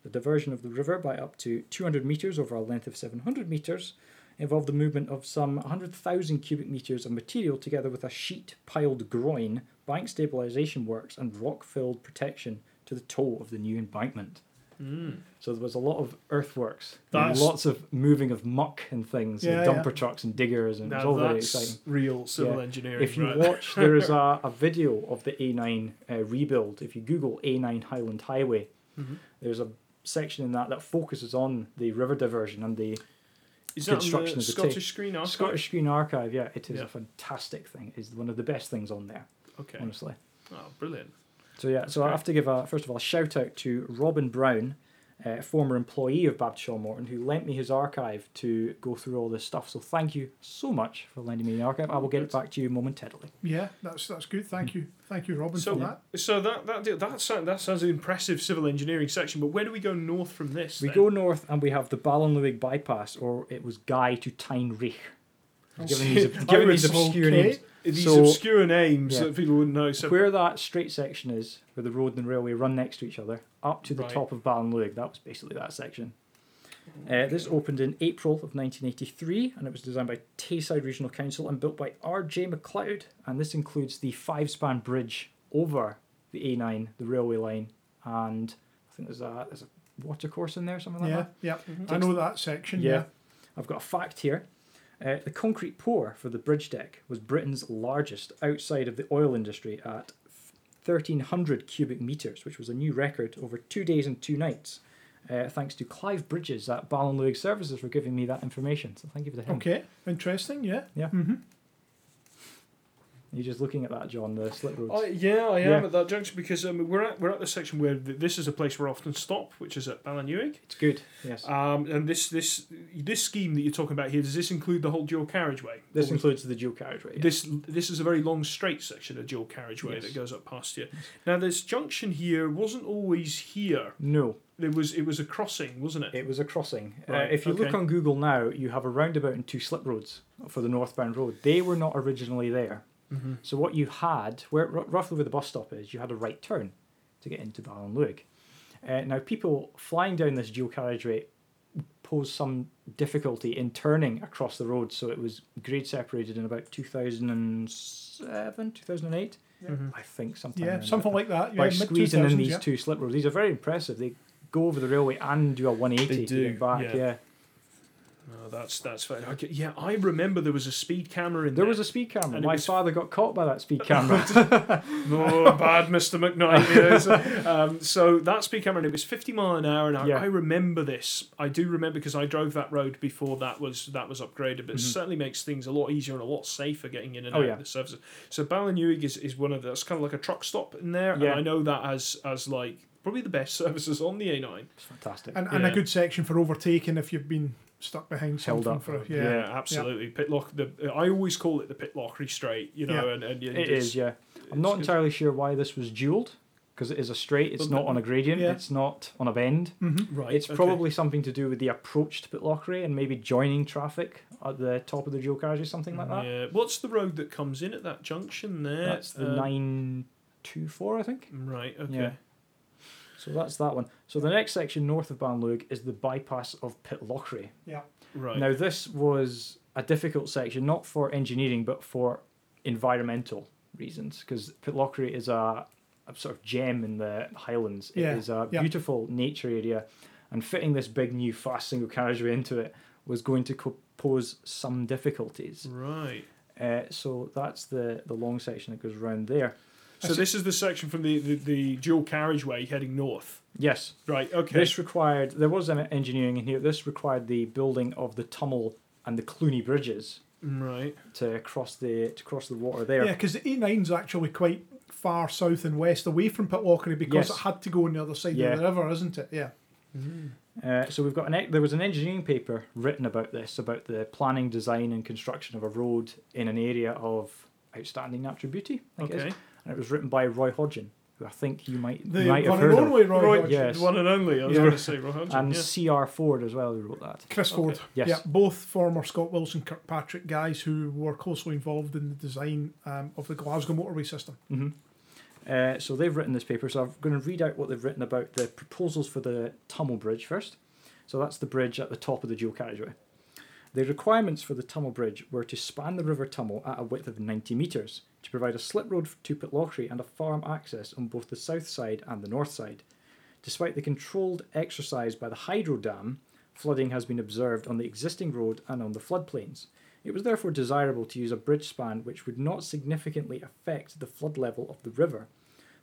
Speaker 3: The diversion of the river by up to 200 metres over a length of 700 metres involved the movement of some 100,000 cubic metres of material together with a sheet piled groin, bank stabilisation works, and rock filled protection to the toe of the new embankment.
Speaker 2: Hmm.
Speaker 3: So there was a lot of earthworks, and
Speaker 2: That's-
Speaker 3: lots of moving of muck and things,
Speaker 1: Yeah,
Speaker 3: and
Speaker 1: yeah.
Speaker 3: dumper trucks and diggers, and it was all
Speaker 2: Now
Speaker 3: very
Speaker 2: that's
Speaker 3: exciting.
Speaker 2: real civil
Speaker 3: Yeah.
Speaker 2: engineering.
Speaker 3: If you
Speaker 2: right.
Speaker 3: watch, there is a, a video of the A9 uh, rebuild. If you Google A9 Highland Highway,
Speaker 2: Mm-hmm.
Speaker 3: there's a section in that that focuses on the river diversion and the
Speaker 2: is that on
Speaker 3: construction
Speaker 2: the
Speaker 3: of the
Speaker 2: Scottish
Speaker 3: tape.
Speaker 2: screen? Archive?
Speaker 3: Scottish Screen Archive. Yeah, it is
Speaker 2: Yeah.
Speaker 3: a fantastic thing. It's one of the best things on there,
Speaker 2: Okay.
Speaker 3: honestly.
Speaker 2: Oh, brilliant.
Speaker 3: So yeah, so I
Speaker 2: great.
Speaker 3: have to give a first of all a shout out to Robin Brown, a former employee of Baptist Shaw Morton, who lent me his archive to go through all this stuff. So thank you so much for lending me the archive. I will get it back to you momentarily.
Speaker 1: yeah, that's that's good. Thank you, thank you, Robin,
Speaker 2: So
Speaker 1: for that.
Speaker 2: so that that deal- that sounds that sounds an impressive civil engineering section. But where do we go north from this?
Speaker 3: We
Speaker 2: then?
Speaker 3: go north and we have the Ballinluig bypass, or it was Guy to Tynereich.
Speaker 2: Oh,
Speaker 3: Given these, given these
Speaker 1: Okay.
Speaker 3: obscure names.
Speaker 2: These
Speaker 3: So-
Speaker 2: obscure names
Speaker 3: Yeah.
Speaker 2: that people wouldn't know. So
Speaker 3: Where that straight section is, where the road and the railway run next to each other, up to the
Speaker 2: Right.
Speaker 3: top of Ballinluig, that was basically that section. Uh, this opened in April of 1983 and it was designed by Tayside Regional Council and built by R.J. McLeod. And this includes the five span bridge over the A9, the railway line, and I think there's a, there's a water course in there, something like
Speaker 1: Yeah,
Speaker 3: that.
Speaker 1: yeah, I
Speaker 3: Mm-hmm.
Speaker 1: know that section.
Speaker 3: Yeah.
Speaker 1: Yeah,
Speaker 3: I've got a fact here. Uh, the concrete pour for the bridge deck was Britain's largest outside of the oil industry at 1,300 cubic metres, which was a new record over two days and two nights. Uh, thanks to Clive Bridges at Ballinluig Services for giving me that information. So thank you for the him.
Speaker 1: Mm-hmm. Okay, interesting. Yeah,
Speaker 3: Yeah. You're just looking at that, John, the slick roads.
Speaker 2: I, yeah, I am
Speaker 3: Yeah.
Speaker 2: at that juncture because um, we're at we're at the section where th- this is a place where I often stop, which is at Ballinuig.
Speaker 3: it's good. Yes.
Speaker 2: Um, and this this this scheme that you're talking about here does this include the whole dual carriageway?
Speaker 3: this
Speaker 2: Or-
Speaker 3: includes the dual carriageway. yeah.
Speaker 2: This this is a very long straight section of dual carriageway
Speaker 3: Yes.
Speaker 2: that goes up past here. Now this junction here wasn't always here.
Speaker 3: No,
Speaker 2: There was it was a crossing, wasn't it?
Speaker 3: it was a crossing.
Speaker 2: Right,
Speaker 3: uh, if you look
Speaker 2: okay.
Speaker 3: on Google now, you have a roundabout and two slip roads for the northbound road. They were not originally there.
Speaker 2: Mhm.
Speaker 3: So what you had, where r- roughly where the bus stop is, you had a right turn to get into Ballinluig. Uh, now people flying down this dual carriageway posed some difficulty in turning across the road, so it was grade separated in about 2007, 2008,
Speaker 1: Yeah.
Speaker 3: I think something.
Speaker 1: Yeah, something like that. Yeah,
Speaker 3: by squeezing in
Speaker 1: mid-2000s,
Speaker 3: these
Speaker 1: yeah.
Speaker 3: two slip roads. These are very impressive. They go over the railway and do a 180
Speaker 4: They
Speaker 3: to
Speaker 4: do,
Speaker 3: get back.
Speaker 2: yeah.
Speaker 3: Yeah.
Speaker 2: No, Oh, that's that's fair. Okay, yeah, I remember there was a speed camera in
Speaker 3: There
Speaker 2: there.
Speaker 3: was a speed camera.
Speaker 2: And it
Speaker 3: My
Speaker 2: was-
Speaker 3: father got caught by that speed camera.
Speaker 2: oh, bad Mr. McKnight. you know, so, um, so that speed camera, and it was 50 mile an hour, and I,
Speaker 3: Yeah.
Speaker 2: I remember this. I do remember because I drove that road before that was that was upgraded, but it certainly makes things a lot easier and a lot safer getting in and
Speaker 3: Mm-hmm. Oh,
Speaker 2: out
Speaker 3: yeah.
Speaker 2: of the services. So Ballinuig is, is one of that's kind of like a truck stop in there,
Speaker 3: Yeah.
Speaker 2: and I know that as as like probably the best services on the A9.
Speaker 3: it's fantastic.
Speaker 1: and, and
Speaker 2: Yeah.
Speaker 1: a good section for overtaking if you've been stuck behind
Speaker 3: Held
Speaker 1: something
Speaker 3: up.
Speaker 1: for a,
Speaker 2: Yeah,
Speaker 1: yeah.
Speaker 2: absolutely. Pitlock. The I always call it the Pitlockery Straight. You know,
Speaker 1: Yeah.
Speaker 2: and, and, and
Speaker 3: it
Speaker 2: it's-
Speaker 3: is, yeah. I'm not
Speaker 2: it's-
Speaker 3: entirely sure why this was duelled because it is a straight. It's
Speaker 2: But
Speaker 3: not on a gradient.
Speaker 1: yeah.
Speaker 3: It's not on a bend.
Speaker 1: hmm
Speaker 2: Right.
Speaker 3: It's
Speaker 2: okay.
Speaker 3: probably something to do with the approach to Pitlochry and maybe joining traffic at the top of the dual carriage or something like that.
Speaker 2: Yeah. What's the road that comes in at that junction there?
Speaker 3: That's the
Speaker 2: Um,
Speaker 3: 924, I think.
Speaker 2: Right. Okay.
Speaker 3: Yeah. So that's that one. So the next section north of Banlug is the bypass of Pitlochry.
Speaker 2: Right.
Speaker 3: Now this was a difficult section, not for engineering but for environmental reasons, because Pitlochry is a, a sort of gem in the Highlands.
Speaker 1: Yeah,
Speaker 3: It is a
Speaker 1: yeah.
Speaker 3: beautiful nature area, and fitting this big new fast single carriageway into it was going to co- pose some difficulties.
Speaker 2: Mm. Right.
Speaker 3: Uh, so that's the the long section that goes round there.
Speaker 2: So this is the section from the, the, the dual carriageway heading north.
Speaker 3: Yes,
Speaker 2: Right. Okay.
Speaker 3: This required there was an engineering in here. This required the building of the Tummel and the Clooney bridges
Speaker 2: Mm, right.
Speaker 3: to cross the to cross the water there.
Speaker 1: Yeah, because the A9's actually quite far south and west away from Pitlochry because
Speaker 3: Yes.
Speaker 1: it had to go on the other side
Speaker 3: Yeah.
Speaker 1: of the river, isn't it? Yeah.
Speaker 3: Uh, so we've got an e- there was an engineering paper written about this about the planning, design, and construction of a road in an area of outstanding natural beauty. I think it is.
Speaker 2: Okay.
Speaker 3: and it was written by Roy Hodgson, who I think you might you
Speaker 1: The
Speaker 3: might have
Speaker 1: one and
Speaker 3: heard of,
Speaker 1: only Roy,
Speaker 2: Roy,
Speaker 1: Hodgson.
Speaker 3: yes.
Speaker 2: the one and only. I was
Speaker 3: Yeah.
Speaker 2: going to say Roy Hodgson.
Speaker 3: and
Speaker 2: yeah.
Speaker 3: C.R. Ford as well who wrote that.
Speaker 1: Chris
Speaker 2: Okay.
Speaker 1: Ford.
Speaker 3: Yes.
Speaker 1: Yeah, both former Scott Wilson Kirkpatrick guys who were closely involved in the design um, of the Glasgow motorway system.
Speaker 3: hmm Uh, so they've written this paper. So I'm going to read out what they've written about the proposals for the Tummel Bridge first. So that's the bridge at the top of the dual carriageway. The requirements for the Tummel Bridge were to span the River Tummel at a width of 90 metres, to provide a slip road to Pitlochry and a farm access on both the south side and the north side. Despite the controlled exercise by the hydro dam, flooding has been observed on the existing road and on the floodplains. It was therefore desirable to use a bridge span which would not significantly affect the flood level of the river.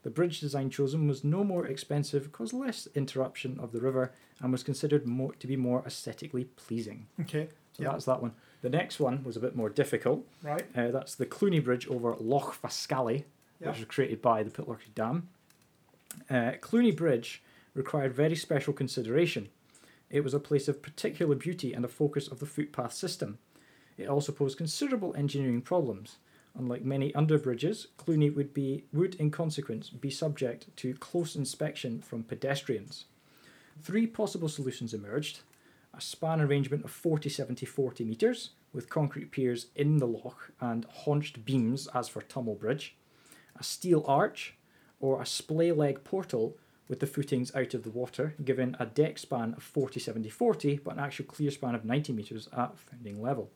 Speaker 3: The bridge design chosen was no more expensive, caused less interruption of the river, and was considered more, to be more aesthetically pleasing.
Speaker 1: Okay,
Speaker 3: So
Speaker 1: Yeah.
Speaker 3: that's that one. The next one was a bit more difficult.
Speaker 1: right.
Speaker 3: Uh, that's the Clooney Bridge over Loch Fascali,
Speaker 1: Yeah.
Speaker 3: which was created by the Pitlochry Dam. Uh, Clooney Bridge required very special consideration. It was a place of particular beauty and a focus of the footpath system. It also posed considerable engineering problems. Unlike many underbridges, Clooney would be would in consequence be subject to close inspection from pedestrians. Three possible solutions emerged a span arrangement of 40, 70, 40 metres with concrete piers in the loch and haunched beams as for Tummel Bridge, a steel arch or a splay leg portal with the footings out of the water, given a deck span of 40, 70, 40, but an actual clear span of 90 metres at founding level.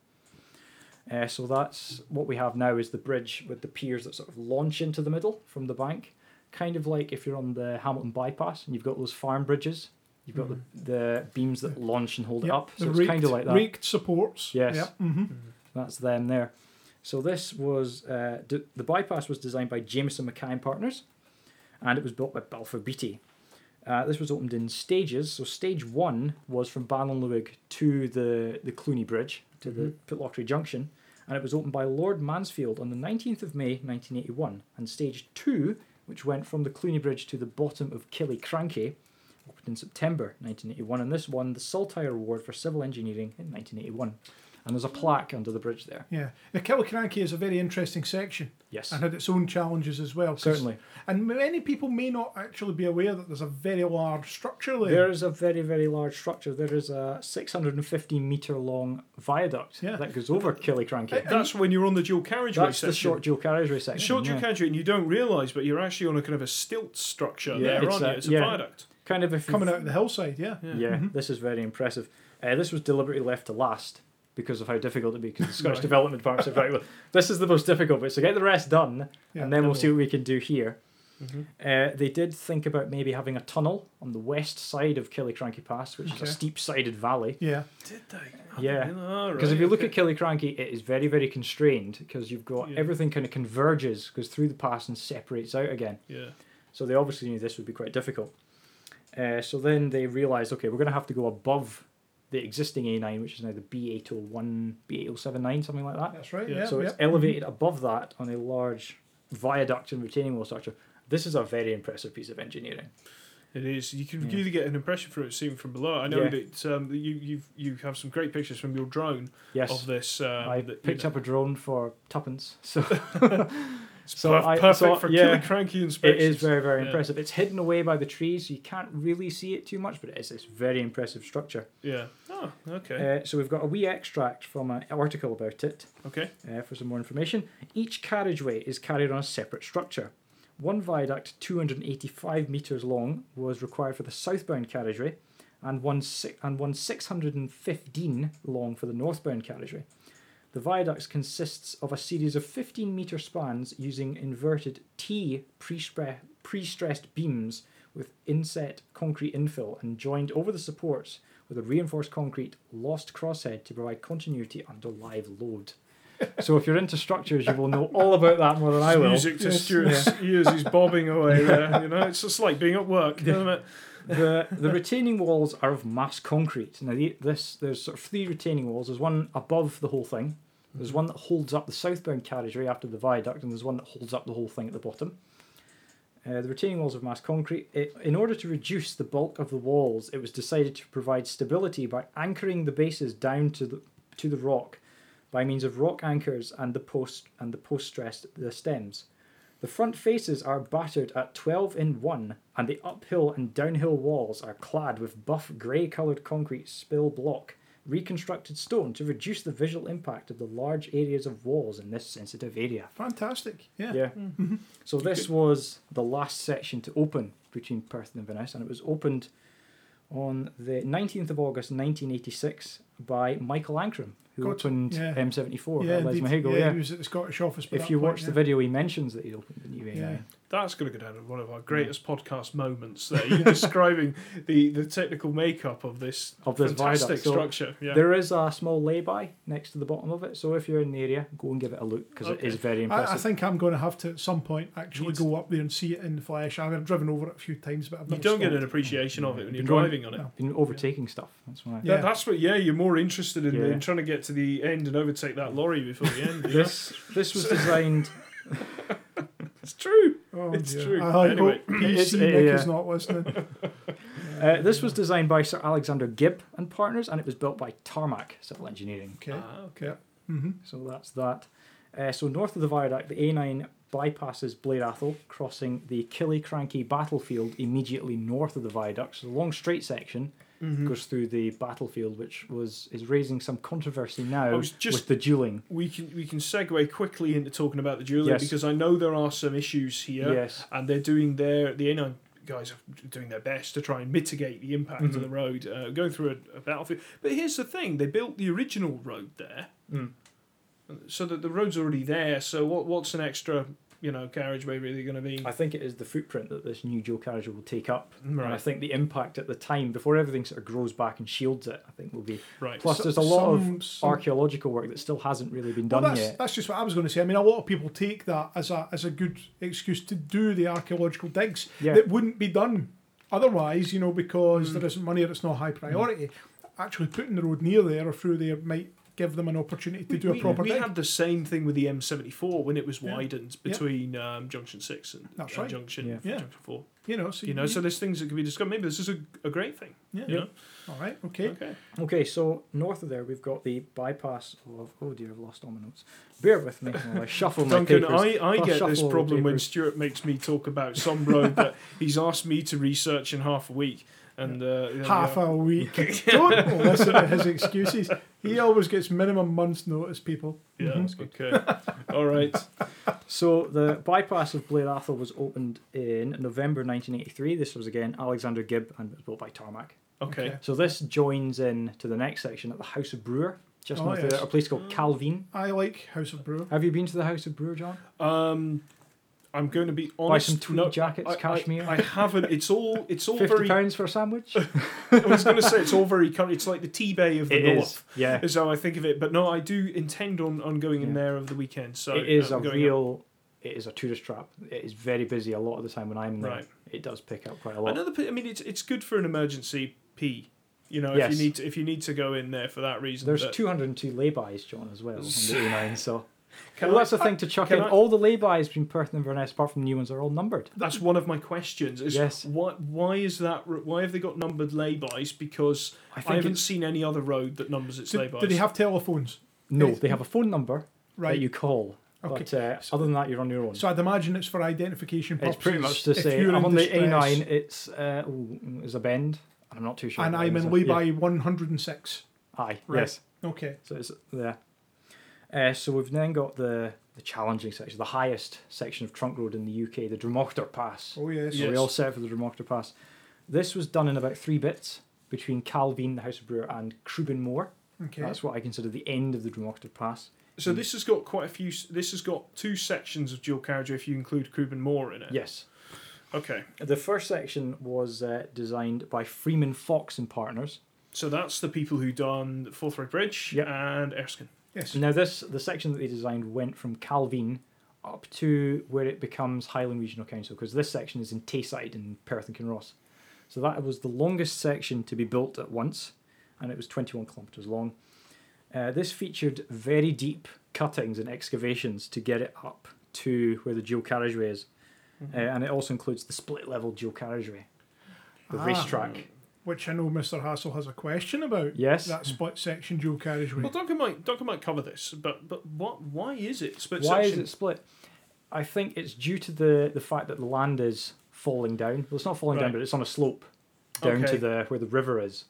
Speaker 3: Uh, so that's what we have now is the bridge with the piers that sort of launch into the middle from the bank, kind of like if you're on the Hamilton bypass and you've got those farm bridges, you've got the, the beams that launch and hold it
Speaker 1: Yeah,
Speaker 3: up. So
Speaker 1: the
Speaker 3: it's kind of like that.
Speaker 1: Raked supports.
Speaker 3: Yes.
Speaker 1: Yeah. hmm
Speaker 2: Mm.
Speaker 3: That's them there. So this was uh, d- the bypass was designed by Jameson Mackay and Partners, and it was built by Balfour Beatty. Uh, this was opened in stages. So stage one was from Ballinluig to the the Clooney Bridge to the Pitlochry Junction, and it was opened by Lord Mansfield on the 19th of May 1981. And stage two, which went from the Cluny Bridge to the bottom of Killiecrankie, opened in September 1981. And this won the Saltire Award for Civil Engineering in 1981. And there's a plaque under the bridge there.
Speaker 1: Yeah, the Killiecrankie is a very interesting section
Speaker 3: Yes,
Speaker 1: and had its own challenges as well. 'cause-
Speaker 3: certainly.
Speaker 1: And many people may not actually be aware that there's a very large structure there.
Speaker 3: There is a very, very large structure. There is a 650 metre long viaduct
Speaker 1: Yeah.
Speaker 3: that goes over Killiecrankie.
Speaker 2: That's when you're on the dual carriageway
Speaker 3: That's
Speaker 2: section.
Speaker 3: the short dual carriageway section.
Speaker 2: Short dual
Speaker 3: yeah.
Speaker 2: carriageway, and you don't realise, but you're actually on a kind of a stilt structure
Speaker 3: Yeah.
Speaker 2: there,
Speaker 3: It's
Speaker 2: aren't
Speaker 3: a-
Speaker 2: you? It's a
Speaker 3: yeah.
Speaker 2: viaduct.
Speaker 3: Kind of if you
Speaker 1: Coming out of the hillside, yeah.
Speaker 2: Yeah. Mm-hmm.
Speaker 3: Yeah, this is very impressive. Uh, this was deliberately left to last because of how difficult it'd be. Because the Scottish
Speaker 2: Right.
Speaker 3: Development Department said, "Right, well, this is the most difficult bit, so get the rest done,
Speaker 1: Yeah,
Speaker 3: and then we'll
Speaker 1: definitely.
Speaker 3: see what we can do here."
Speaker 2: Mhm.
Speaker 3: Uh, they did think about maybe having a tunnel on the west side of Killiecrankie Pass, which
Speaker 1: Okay.
Speaker 3: is a steep-sided valley.
Speaker 1: Yeah,
Speaker 2: Did they?
Speaker 3: Yeah. Because if you look at Killiecrankie, it is very, very constrained because you've got
Speaker 2: Yeah.
Speaker 3: everything kind of converges, goes through the pass and separates out again.
Speaker 2: yeah,
Speaker 3: So they obviously knew this would be quite difficult. Uh, so then they realised, okay, we're going to have to go above the existing A9, which is now the B801, B8079, something like that.
Speaker 1: that's right.
Speaker 2: Yeah.
Speaker 1: Yeah,
Speaker 3: so it's
Speaker 1: yeah.
Speaker 3: elevated above that on a large viaduct and retaining wall structure. This is a very impressive piece of engineering.
Speaker 2: it is. You can
Speaker 3: Yeah.
Speaker 2: really get an impression from it seen from below. I know
Speaker 3: Yeah.
Speaker 2: that um, you you you have some great pictures from your drone
Speaker 3: Yes,
Speaker 2: of this. Um,
Speaker 3: I
Speaker 2: that, you
Speaker 3: picked
Speaker 2: know,
Speaker 3: up a drone for tuppence, so
Speaker 2: It's
Speaker 3: so
Speaker 2: perf-
Speaker 3: I-
Speaker 2: perfect
Speaker 3: so,
Speaker 2: for
Speaker 3: yeah.
Speaker 2: killing cranky
Speaker 3: it
Speaker 2: inspections.
Speaker 3: is very, very
Speaker 2: Yeah.
Speaker 3: impressive. It's hidden away by the trees, so you can't really see it too much, but it is this very impressive structure.
Speaker 2: Yeah. Oh, okay.
Speaker 3: Uh, so we've got a wee extract from an article about it.
Speaker 2: okay.
Speaker 3: Uh, for some more information, each carriageway is carried on a separate structure. One viaduct, 285 metres long, was required for the southbound carriageway, and one, si- and one 615 long for the northbound carriageway. The viaducts consists of a series of 15 metre spans using inverted T pre-spre- pre-stressed beams with inset concrete infill and joined over the supports with a reinforced concrete lost crosshead to provide continuity under live load. So if you're into structures, you will know all about that more than I will.
Speaker 2: Music to
Speaker 1: Yes.
Speaker 2: Stuart's ears. He's bobbing away there. You know, it's just like being at work, isn't it?
Speaker 3: the the retaining walls are of mass concrete. Now the, this there's sort of three retaining walls. There's one above the whole thing. There's one that holds up the southbound carriageway after the viaduct, and there's one that holds up the whole thing at the bottom. Uh, the retaining walls of mass concrete. It, in order to reduce the bulk of the walls, it was decided to provide stability by anchoring the bases down to the to the rock by means of rock anchors and the post and the post stressed the stems. The front faces are battered at 12 in 1, and the uphill and downhill walls are clad with buff grey coloured concrete spill block, reconstructed stone to reduce the visual impact of the large areas of walls in this sensitive area.
Speaker 1: fantastic. Yeah. Mm-hmm.
Speaker 3: Yeah. So this was the last section to open between Perth and Inverness, and it was opened on the 19th of August 1986 by Michael Ankram, who
Speaker 1: Got-
Speaker 3: opened
Speaker 1: yeah.
Speaker 3: M74
Speaker 1: Yeah,
Speaker 3: at Les
Speaker 1: indeed.
Speaker 3: Mahigal.
Speaker 1: yeah,
Speaker 3: Yeah.
Speaker 1: he was at the Scottish office. by
Speaker 3: If
Speaker 1: that
Speaker 3: you
Speaker 1: point,
Speaker 3: watch
Speaker 1: yeah.
Speaker 3: the video, he mentions that he opened the new AI.
Speaker 1: Yeah.
Speaker 2: That's going to go down to one of our greatest podcast moments. There, you're describing the, the technical makeup of this
Speaker 3: Of this
Speaker 2: fantastic
Speaker 3: viaduct, so
Speaker 2: structure. Yeah.
Speaker 3: There is a small lay-by next to the bottom of it, so if you're in the area, go and give it a look because
Speaker 2: Okay.
Speaker 3: it is very impressive.
Speaker 1: I, I think I'm going to have to at some point actually
Speaker 2: Needs-
Speaker 1: go up there and see it in the flesh. I've driven over it a few times, but I've
Speaker 2: you
Speaker 1: never
Speaker 2: don't get
Speaker 1: stopped.
Speaker 2: an appreciation of it when
Speaker 3: Been
Speaker 2: you're
Speaker 3: going-
Speaker 2: driving on it.
Speaker 1: no.
Speaker 3: Been overtaking stuff. That's why.
Speaker 1: Yeah.
Speaker 2: That- that's what. Yeah, you're more interested in,
Speaker 3: Yeah.
Speaker 2: in trying to get to the end and overtake that lorry before the end. you know?
Speaker 3: This this was designed.
Speaker 2: it's true.
Speaker 1: Oh,
Speaker 2: It's
Speaker 1: dear.
Speaker 2: true.
Speaker 1: I
Speaker 2: Anyway.
Speaker 1: hope PC
Speaker 3: It's- uh,
Speaker 1: Nick
Speaker 3: yeah.
Speaker 1: is not listening.
Speaker 3: Uh, this was designed by Sir Alexander Gibb and partners, and it was built by Tarmac Civil Engineering.
Speaker 1: Okay.
Speaker 2: Ah, okay.
Speaker 1: mm-hmm.
Speaker 3: So that's that. Uh, so north of the viaduct, the A9 bypasses Blairathle, crossing the Killiecrankie battlefield immediately north of the viaduct. So the long straight section
Speaker 2: Hmm.
Speaker 3: goes through the battlefield, which was is raising some controversy
Speaker 2: I
Speaker 3: now
Speaker 2: was just-
Speaker 3: with the dueling.
Speaker 2: We can we can segue quickly into talking about the dueling
Speaker 3: Yes.
Speaker 2: because I know there are some issues here,
Speaker 3: Yes.
Speaker 2: and they're doing their the A9 guys are doing their best to try and mitigate the impact
Speaker 1: Mm-hmm.
Speaker 2: of the road uh, going through a, a battlefield. But here's the thing: they built the original road there,
Speaker 3: Mm.
Speaker 2: so that the road's already there. So what what's an extra you know carriageway really going to be?
Speaker 3: I think it is the footprint that this new dual carriageway will take up. And I
Speaker 2: Right.
Speaker 3: think the impact at the time, before everything sort of grows back and shields it, I think will be.
Speaker 2: Right.
Speaker 3: Plus,
Speaker 1: So-
Speaker 3: there's a lot
Speaker 1: some-
Speaker 3: of
Speaker 1: some-
Speaker 3: archaeological work that still hasn't really been
Speaker 1: Well,
Speaker 3: done
Speaker 1: that's,
Speaker 3: yet.
Speaker 1: that's just what I was going to say. I mean, a lot of people take that as a as a good excuse to do the archaeological digs
Speaker 3: Yeah.
Speaker 1: that wouldn't be done otherwise, you
Speaker 2: Mm.
Speaker 1: know, because there isn't money or it's not high priority. Actually, putting the road near there or through there might give them an opportunity to
Speaker 2: We-
Speaker 1: do
Speaker 2: we-
Speaker 1: a proper
Speaker 2: We
Speaker 1: dig.
Speaker 2: had the same thing with the M74 when it was
Speaker 1: Yeah.
Speaker 2: widened
Speaker 1: Yeah.
Speaker 2: between um, Junction 6 and
Speaker 1: That's
Speaker 2: uh,
Speaker 1: right.
Speaker 2: Junction,
Speaker 3: Yeah.
Speaker 1: Yeah.
Speaker 2: Junction 4.
Speaker 1: you know, so
Speaker 2: You know, so there's things that could be discovered. Maybe this is a, a great thing.
Speaker 1: yeah.
Speaker 2: You know?
Speaker 1: All right, okay.
Speaker 2: Okay.
Speaker 3: Okay, so north of there we've got the bypass of. Oh dear, I've lost all my notes. Bear with me while I shuffle my
Speaker 2: Duncan,
Speaker 3: papers.
Speaker 2: I, I
Speaker 3: I'll
Speaker 2: get this
Speaker 3: shuffle the
Speaker 2: problem when
Speaker 3: papers.
Speaker 2: Stuart makes me talk about some road that he's asked me to research in half a week. And uh, there we
Speaker 1: Half
Speaker 2: are.
Speaker 1: a week. Don't listen to his excuses. He always gets minimum months' notice, people. Mm-hmm.
Speaker 2: Yeah, okay. All right.
Speaker 3: So the bypass of Blair Athol was opened in November 1983. This was again Alexander Gibb and it was built by Tarmac.
Speaker 2: Okay.
Speaker 1: Okay.
Speaker 3: So this joins in to the next section at the House of Brewer, just
Speaker 1: Oh,
Speaker 3: north of
Speaker 1: yes.
Speaker 3: there, a place called Calvin.
Speaker 1: I like House of Brew.
Speaker 3: Have you been to the House of Brewer, John?
Speaker 2: Um, I'm going to be honest.
Speaker 3: Buy some tweed
Speaker 2: no,
Speaker 3: jackets,
Speaker 2: I- I-
Speaker 3: cashmere.
Speaker 2: I, haven't. It's all. It's all
Speaker 3: Fifty
Speaker 2: very.
Speaker 3: pounds for a sandwich.
Speaker 2: I was going to say it's all very. country. It's like the tea bay of the
Speaker 3: It
Speaker 2: north.
Speaker 3: is, yeah.
Speaker 2: is how I think of it. But no, I do intend on, on going in
Speaker 3: Yeah.
Speaker 2: there over the weekend. So
Speaker 3: it is
Speaker 2: I'm
Speaker 3: a
Speaker 2: going
Speaker 3: real. It is a tourist trap. It is very busy a lot of the time when I'm there.
Speaker 2: Right.
Speaker 3: It does pick up quite a
Speaker 2: up.
Speaker 3: lot.
Speaker 2: Another. p- I mean, it's it's good for an emergency pee. You know, if
Speaker 3: Yes.
Speaker 2: you need to, if you need to go in there for that reason.
Speaker 3: There's
Speaker 2: but
Speaker 3: 202 laybys, John, as well on the A9. So
Speaker 2: Can
Speaker 3: well,
Speaker 2: I-
Speaker 3: that's the thing to chuck
Speaker 2: can
Speaker 3: in.
Speaker 2: I-
Speaker 3: All the laybys between Perth and Inverness, apart from new ones, are all numbered.
Speaker 2: That's one of my questions. Is
Speaker 3: Yes.
Speaker 2: Why why is that? r- Why have they got numbered laybys? Because
Speaker 3: I
Speaker 2: I,
Speaker 3: think
Speaker 2: haven't
Speaker 3: it's-
Speaker 2: seen any other road that numbers its
Speaker 1: Did,
Speaker 2: laybys.
Speaker 1: did they have telephones?
Speaker 3: No,
Speaker 1: Yes.
Speaker 3: they have a phone number
Speaker 1: Right.
Speaker 3: that you call.
Speaker 1: Okay.
Speaker 3: But uh, other than that, you're on your own.
Speaker 1: So I'd imagine it's for identification
Speaker 3: it's
Speaker 1: purposes.
Speaker 3: pretty much to
Speaker 1: If
Speaker 3: say
Speaker 1: you're
Speaker 3: I'm
Speaker 1: in
Speaker 3: on the
Speaker 1: distress
Speaker 3: A9. It's uh, ooh, there's a bend. I'm not too sure.
Speaker 1: and
Speaker 3: what it
Speaker 1: I'm
Speaker 3: is.
Speaker 1: in
Speaker 3: Yeah.
Speaker 1: Leyby 106.
Speaker 3: Aye.
Speaker 1: Right.
Speaker 3: Yes.
Speaker 1: Okay.
Speaker 3: So it's there. Uh, so we've then got the the challenging section, the highest section of trunk road in the UK, the Dromochter Pass.
Speaker 1: Oh yes.
Speaker 3: So
Speaker 2: Yeah.
Speaker 3: we
Speaker 2: Yes.
Speaker 3: all set for the Dromochter Pass. This was done in about three bits between Calvin, the House of Brewer, and Crubin Moor.
Speaker 1: Okay.
Speaker 3: That's what I consider the end of the Dromochter Pass.
Speaker 2: so this has got quite a few. s- This has got two sections of dual carriageway if you include Cruden Moor in it.
Speaker 3: Yes.
Speaker 2: Okay.
Speaker 3: The first section was uh, designed by Freeman Fox and Partners.
Speaker 2: So that's the people who done the Fourth Road Bridge
Speaker 3: Yep.
Speaker 2: and Erskine.
Speaker 1: yes.
Speaker 3: Now this the section that they designed went from Calvin up to where it becomes Highland Regional Council because this section is in Tayside in Perth and Kinross. So that was the longest section to be built at once, and it was 21 kilometres long. Uh, this featured very deep cuttings and excavations to get it up to where the dual carriageway is, Uh, and it also includes the split level dual carriageway, the
Speaker 1: Ah.
Speaker 3: racetrack.
Speaker 1: Which I know Mr. Hassel has a question about.
Speaker 3: Yes.
Speaker 1: That split section dual carriageway.
Speaker 2: Well, Duncan might Duncan might cover this, but but what? Why is it split
Speaker 3: Why is
Speaker 2: section?
Speaker 3: it split? I think it's due to the the fact that the land is falling down. Well, it's not falling down,
Speaker 2: Right.
Speaker 3: but it's on a slope down
Speaker 2: Okay.
Speaker 3: to the where the river is,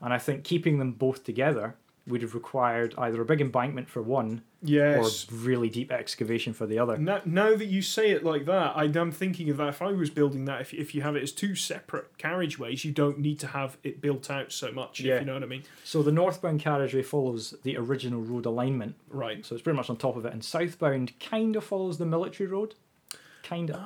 Speaker 3: and I think keeping them both together would have required either a big embankment for one
Speaker 2: Yes.
Speaker 3: or really deep excavation for the other.
Speaker 2: now, now that you say it like that, I am thinking of that. If I was building that, if, if you have it as two separate carriageways, you don't need to have it built out so much.
Speaker 3: Yeah.
Speaker 2: If you know what I mean,
Speaker 3: So the northbound carriageway follows the original road alignment,
Speaker 2: right?
Speaker 3: so it's pretty much on top of it, and southbound kind of follows the military road, kind of.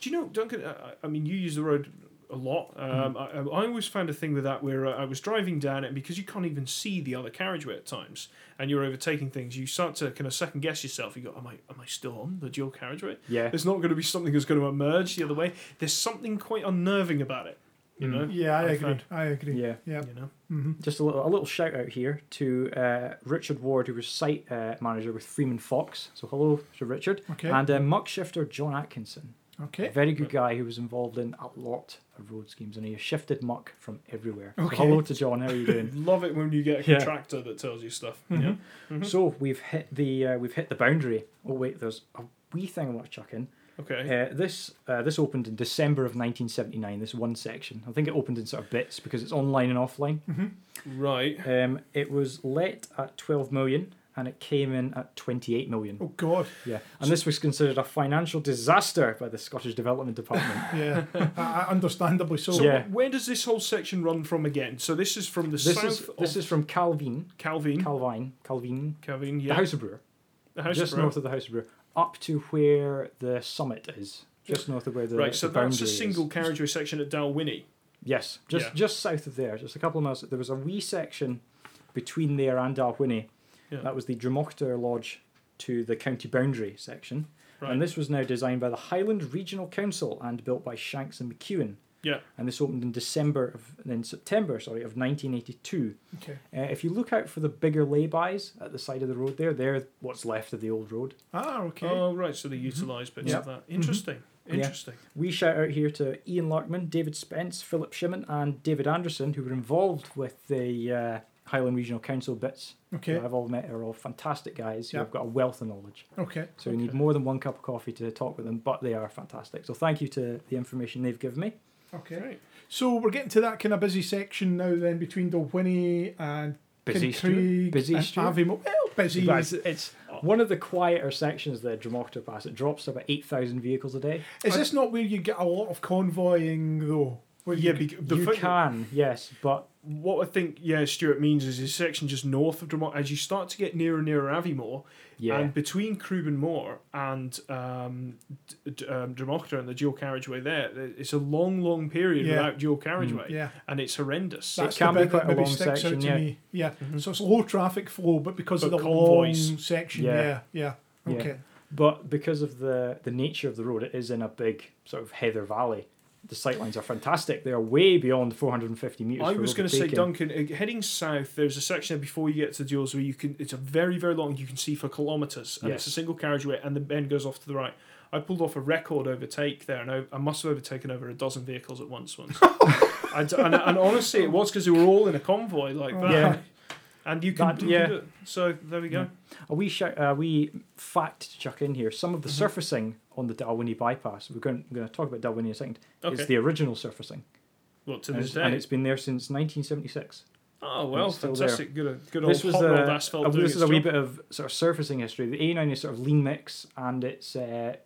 Speaker 2: Do you know, Duncan? uh, I, I mean, you use the road a lot. Um,
Speaker 3: Mm-hmm.
Speaker 2: I, I always found a thing with that where uh, I was driving down it, and because you can't even see the other carriageway at times, and you're overtaking things, you start to kind of second guess yourself. You go, "Am I am I still on the dual carriageway?
Speaker 3: Yeah.
Speaker 2: There's not going to be something that's going to emerge the other way. There's something quite unnerving about it. You know.
Speaker 1: yeah, I,
Speaker 2: I
Speaker 1: agree.
Speaker 2: found-
Speaker 1: I agree.
Speaker 3: Mm. Yeah.
Speaker 1: Yeah. Mm-hmm.
Speaker 2: You know.
Speaker 3: just a little, a little shout out here to uh, Richard Ward, who was site uh, manager with Freeman Fox. So hello to Richard.
Speaker 1: Okay.
Speaker 3: And uh, muck shifter John Atkinson, a
Speaker 1: Okay.
Speaker 3: very good guy who was involved in a lot of road schemes, and he has shifted muck from everywhere. So
Speaker 1: Okay.
Speaker 3: hello to John. How are you doing?
Speaker 2: Love it when you get a
Speaker 3: Yeah. Mm-hmm.
Speaker 2: contractor that tells you stuff. Yeah.
Speaker 3: So we've hit the uh, we've hit the boundary. Oh wait, there's a wee thing I want to chuck in.
Speaker 2: Okay.
Speaker 3: Uh, this uh, this opened in December of 1979. This one section, I think it opened in sort of bits because it's online and offline.
Speaker 1: Mm-hmm.
Speaker 2: Right.
Speaker 3: Um, it was let at 12 million, and it came in at 28 million.
Speaker 1: Oh God.
Speaker 3: Yeah, and this was considered a financial disaster by the Scottish Development Department.
Speaker 1: Yeah. I, I understandably so.
Speaker 3: So- Yeah.
Speaker 2: Where does this whole section run from again? So this is from the
Speaker 3: this
Speaker 2: south
Speaker 3: is
Speaker 2: of
Speaker 3: this is from Calvin,
Speaker 2: Calvin.
Speaker 3: Calvin, Calvin,
Speaker 2: Calvin. Yeah.
Speaker 3: the House of Brewer,
Speaker 2: The house
Speaker 3: just
Speaker 2: of Brown.
Speaker 3: north of the House of Brewer, up to where the summit is, just north of where the
Speaker 2: Right, so
Speaker 3: the
Speaker 2: that's a
Speaker 3: boundary is.
Speaker 2: single carriageway section at Dalwhinnie.
Speaker 3: Yes, just
Speaker 2: Yeah.
Speaker 3: just south of there, just a couple of miles. There was a wee section between there and Dalwhinnie.
Speaker 2: Yeah.
Speaker 3: That was the Dromochter Lodge to the county boundary section.
Speaker 2: Right.
Speaker 3: And this was now designed by the Highland Regional Council and built by Shanks and McEwen.
Speaker 2: Yeah.
Speaker 3: and this opened in December of in September, sorry, of 1982.
Speaker 1: Okay.
Speaker 3: Uh, if you look out for the bigger laybys at the side of the road, there, they're what's left of the old road.
Speaker 1: Ah, okay.
Speaker 3: Uh,
Speaker 2: Oh right, so they
Speaker 3: Mm-hmm.
Speaker 2: utilise bits
Speaker 1: Yeah.
Speaker 2: of that. Interesting. Interesting.
Speaker 3: We shout out here to Ian Larkman, David Spence, Philip Shimon, and David Anderson, who were involved with the uh, Highland Regional Council bits.
Speaker 1: okay.
Speaker 3: Who I've all met are all fantastic guys who
Speaker 1: Yeah.
Speaker 3: have got a wealth of knowledge.
Speaker 1: Okay.
Speaker 3: So you need more than one cup of coffee to talk with them, but they are fantastic. So thank you to the information they've given me.
Speaker 1: Okay.
Speaker 2: Great.
Speaker 1: So we're getting to that kind of busy section now. Then between Dalwhinnie and
Speaker 3: Busy
Speaker 1: Kintree
Speaker 3: Stuart. Busy
Speaker 1: and
Speaker 3: Stuart.
Speaker 1: Aviemore. Well, busy.
Speaker 3: But it's, it's
Speaker 2: uh,
Speaker 3: one of the quieter sections of the Dromochter Pass. It drops to about 8,000 vehicles a day.
Speaker 1: Is this not where you get a lot of convoying though? Where
Speaker 2: Yeah,
Speaker 1: you-
Speaker 2: bec- the
Speaker 3: you
Speaker 2: fact that-
Speaker 3: can, yes, but
Speaker 2: What I think, yeah, Stuart means is his section just north of Dromont. As you start to get nearer and nearer Aviemore,
Speaker 3: yeah.
Speaker 2: and between Cruden Moor and um, D- D- um, Dromochta and the dual carriageway there, th- it's a long, long period
Speaker 1: Yeah.
Speaker 2: without dual carriageway,
Speaker 1: yeah.
Speaker 2: and it's horrendous.
Speaker 1: That's
Speaker 3: Mm. can
Speaker 1: the
Speaker 3: be
Speaker 1: bit that
Speaker 3: quite a
Speaker 1: maybe
Speaker 3: long
Speaker 1: sticks
Speaker 3: section,
Speaker 1: out to
Speaker 3: yeah. Mm-hmm.
Speaker 1: me. Yeah. So it's low traffic flow, but because of
Speaker 2: But
Speaker 1: the
Speaker 2: convoys.
Speaker 1: long section. Yeah.
Speaker 3: Yeah.
Speaker 1: Yeah.
Speaker 3: Yeah.
Speaker 1: Okay.
Speaker 3: But because of the, the nature of the road, it is in a big sort of heather valley. The sightlines are fantastic. They are way beyond 450 metres.
Speaker 2: I
Speaker 3: for
Speaker 2: was
Speaker 3: road
Speaker 2: going to say,
Speaker 3: taking.
Speaker 2: Duncan, uh, heading south, there's a section there before you get to the duels where you can. It's a very, very long. You can see for kilometres, and it's a
Speaker 3: Yes.
Speaker 2: single carriageway, and the bend goes off to the right. I pulled off a record overtake there, and I, I must have overtaken over a dozen vehicles at once. Once, I d- and, and honestly, it was because they were all in a convoy like that.
Speaker 3: Yeah.
Speaker 2: And you can,
Speaker 3: That-
Speaker 2: you
Speaker 3: yeah.
Speaker 2: can do it. So there we go.
Speaker 3: A wee, sh- a wee fact to chuck in here. Some
Speaker 2: Mm-hmm.
Speaker 3: of the surfacing on the Dalwhinnie bypass, we're going, going to talk about Dalwhinnie in a second,
Speaker 2: Okay.
Speaker 3: is the original surfacing.
Speaker 2: well, to
Speaker 3: And
Speaker 2: this
Speaker 3: it's, and
Speaker 2: day.
Speaker 3: it's been there since 1976.
Speaker 2: Oh well,
Speaker 3: it's still there.
Speaker 2: fantastic. Good, good old
Speaker 3: this was
Speaker 2: hot rolled
Speaker 3: a,
Speaker 2: asphalt.
Speaker 3: a-
Speaker 2: doing
Speaker 3: this is
Speaker 2: its
Speaker 3: a wee
Speaker 2: job.
Speaker 3: bit of sort of surfacing history. The A9 is sort of lean mix and it's uh,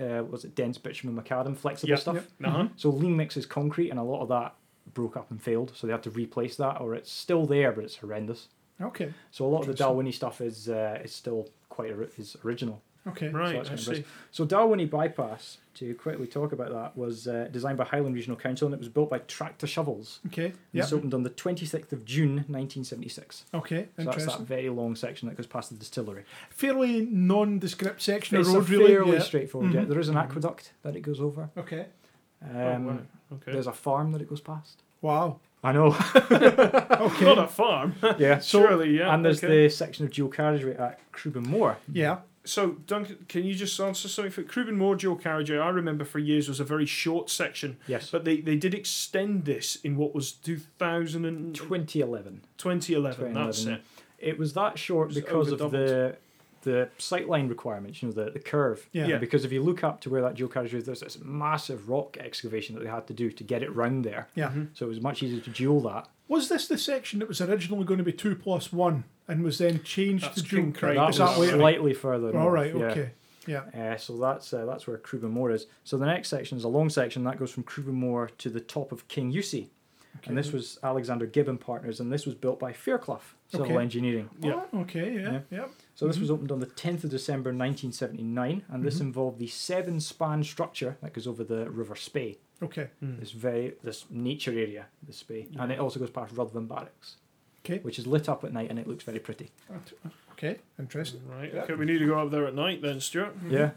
Speaker 3: uh, was it dense bitumen macadam flexible
Speaker 2: Yeah.
Speaker 3: stuff.
Speaker 1: Yep.
Speaker 2: Uh-huh.
Speaker 3: So lean mix is concrete and a lot of that broke up and failed, so they had to replace that, or it's still there but it's horrendous.
Speaker 1: Okay.
Speaker 3: So a lot of the
Speaker 1: Interesting.
Speaker 3: Dalwhinnie stuff is uh, is still quite ori- is original.
Speaker 1: Okay.
Speaker 2: Right,
Speaker 3: that's
Speaker 2: I
Speaker 3: kind of
Speaker 2: see.
Speaker 3: impressive. So Dalwhinnie bypass, to quickly talk about that, was uh, designed by Highland Regional Council and it was built by Tractor Shovels.
Speaker 1: Okay.
Speaker 3: It
Speaker 1: Yeah.
Speaker 3: was opened on the 26th of June 1976.
Speaker 1: Okay.
Speaker 3: So that's
Speaker 1: Interesting.
Speaker 3: that very long section that goes past the distillery.
Speaker 1: Fairly nondescript section
Speaker 3: It's
Speaker 1: of
Speaker 3: a
Speaker 1: road, really.
Speaker 3: fairly
Speaker 1: yeah.
Speaker 3: straightforward. Yeah,
Speaker 1: Mhm.
Speaker 3: there is an aqueduct that it goes over.
Speaker 1: Okay.
Speaker 3: Um,
Speaker 2: Oh, wow. Okay.
Speaker 3: There's a farm that it goes past.
Speaker 1: Wow.
Speaker 3: I know.
Speaker 1: Okay.
Speaker 2: Not a farm.
Speaker 3: yeah.
Speaker 2: Surely, yeah.
Speaker 3: and there's
Speaker 2: okay.
Speaker 3: the section of dual carriageway at Cruden Moor.
Speaker 1: yeah.
Speaker 2: So, Duncan, can you just answer something for Cruden Moor dual carriageway? I remember for years was a very short section,
Speaker 3: Yes.
Speaker 2: but they, they did extend this in what was 2000 and
Speaker 3: 2011.
Speaker 2: 2011. That's
Speaker 3: 2011.
Speaker 2: it.
Speaker 3: It was that short
Speaker 2: It's
Speaker 3: because of
Speaker 2: overdoubled.
Speaker 3: the the sightline requirements. You know, the the curve.
Speaker 1: Yeah.
Speaker 2: Yeah.
Speaker 3: Because if you look up to where that dual carriageway is, there's this massive rock excavation that they had to do to get it round there.
Speaker 1: Yeah.
Speaker 3: So it was much easier to duel that.
Speaker 1: Was this the section that was originally going to be two plus one and was then changed
Speaker 2: That's
Speaker 1: to June
Speaker 2: King
Speaker 1: Craig?
Speaker 2: Craig.
Speaker 3: that
Speaker 1: Is
Speaker 3: was
Speaker 1: that way?
Speaker 3: slightly further.
Speaker 1: All
Speaker 3: north,
Speaker 1: right.
Speaker 3: yeah.
Speaker 1: Okay. Yeah.
Speaker 3: Uh, so that's uh, that's where Cruden Moor is. So the next section is a long section that goes from Cruden Moor to the top of King Yussi. And this was Alexander Gibbon Partners, and this was built by Fairclough Civil
Speaker 1: Okay. Mm-hmm.
Speaker 3: Engineering.
Speaker 2: Yeah.
Speaker 1: Oh, okay. Yeah.
Speaker 3: Yeah.
Speaker 1: Yeah.
Speaker 3: So this was opened on the 10th of December 1979, and
Speaker 1: Mm-hmm.
Speaker 3: this involved the seven span structure that goes over the River Spey,
Speaker 1: Okay.
Speaker 3: this very this nature area, the Spey, and it also goes past Ruthven Barracks,
Speaker 1: Okay.
Speaker 3: which is lit up at night and it looks very pretty.
Speaker 1: Okay. Interesting.
Speaker 2: Right.
Speaker 1: Yeah.
Speaker 2: Okay, we need to go up there at night then, Stuart.
Speaker 1: Mm-hmm.
Speaker 3: Yeah.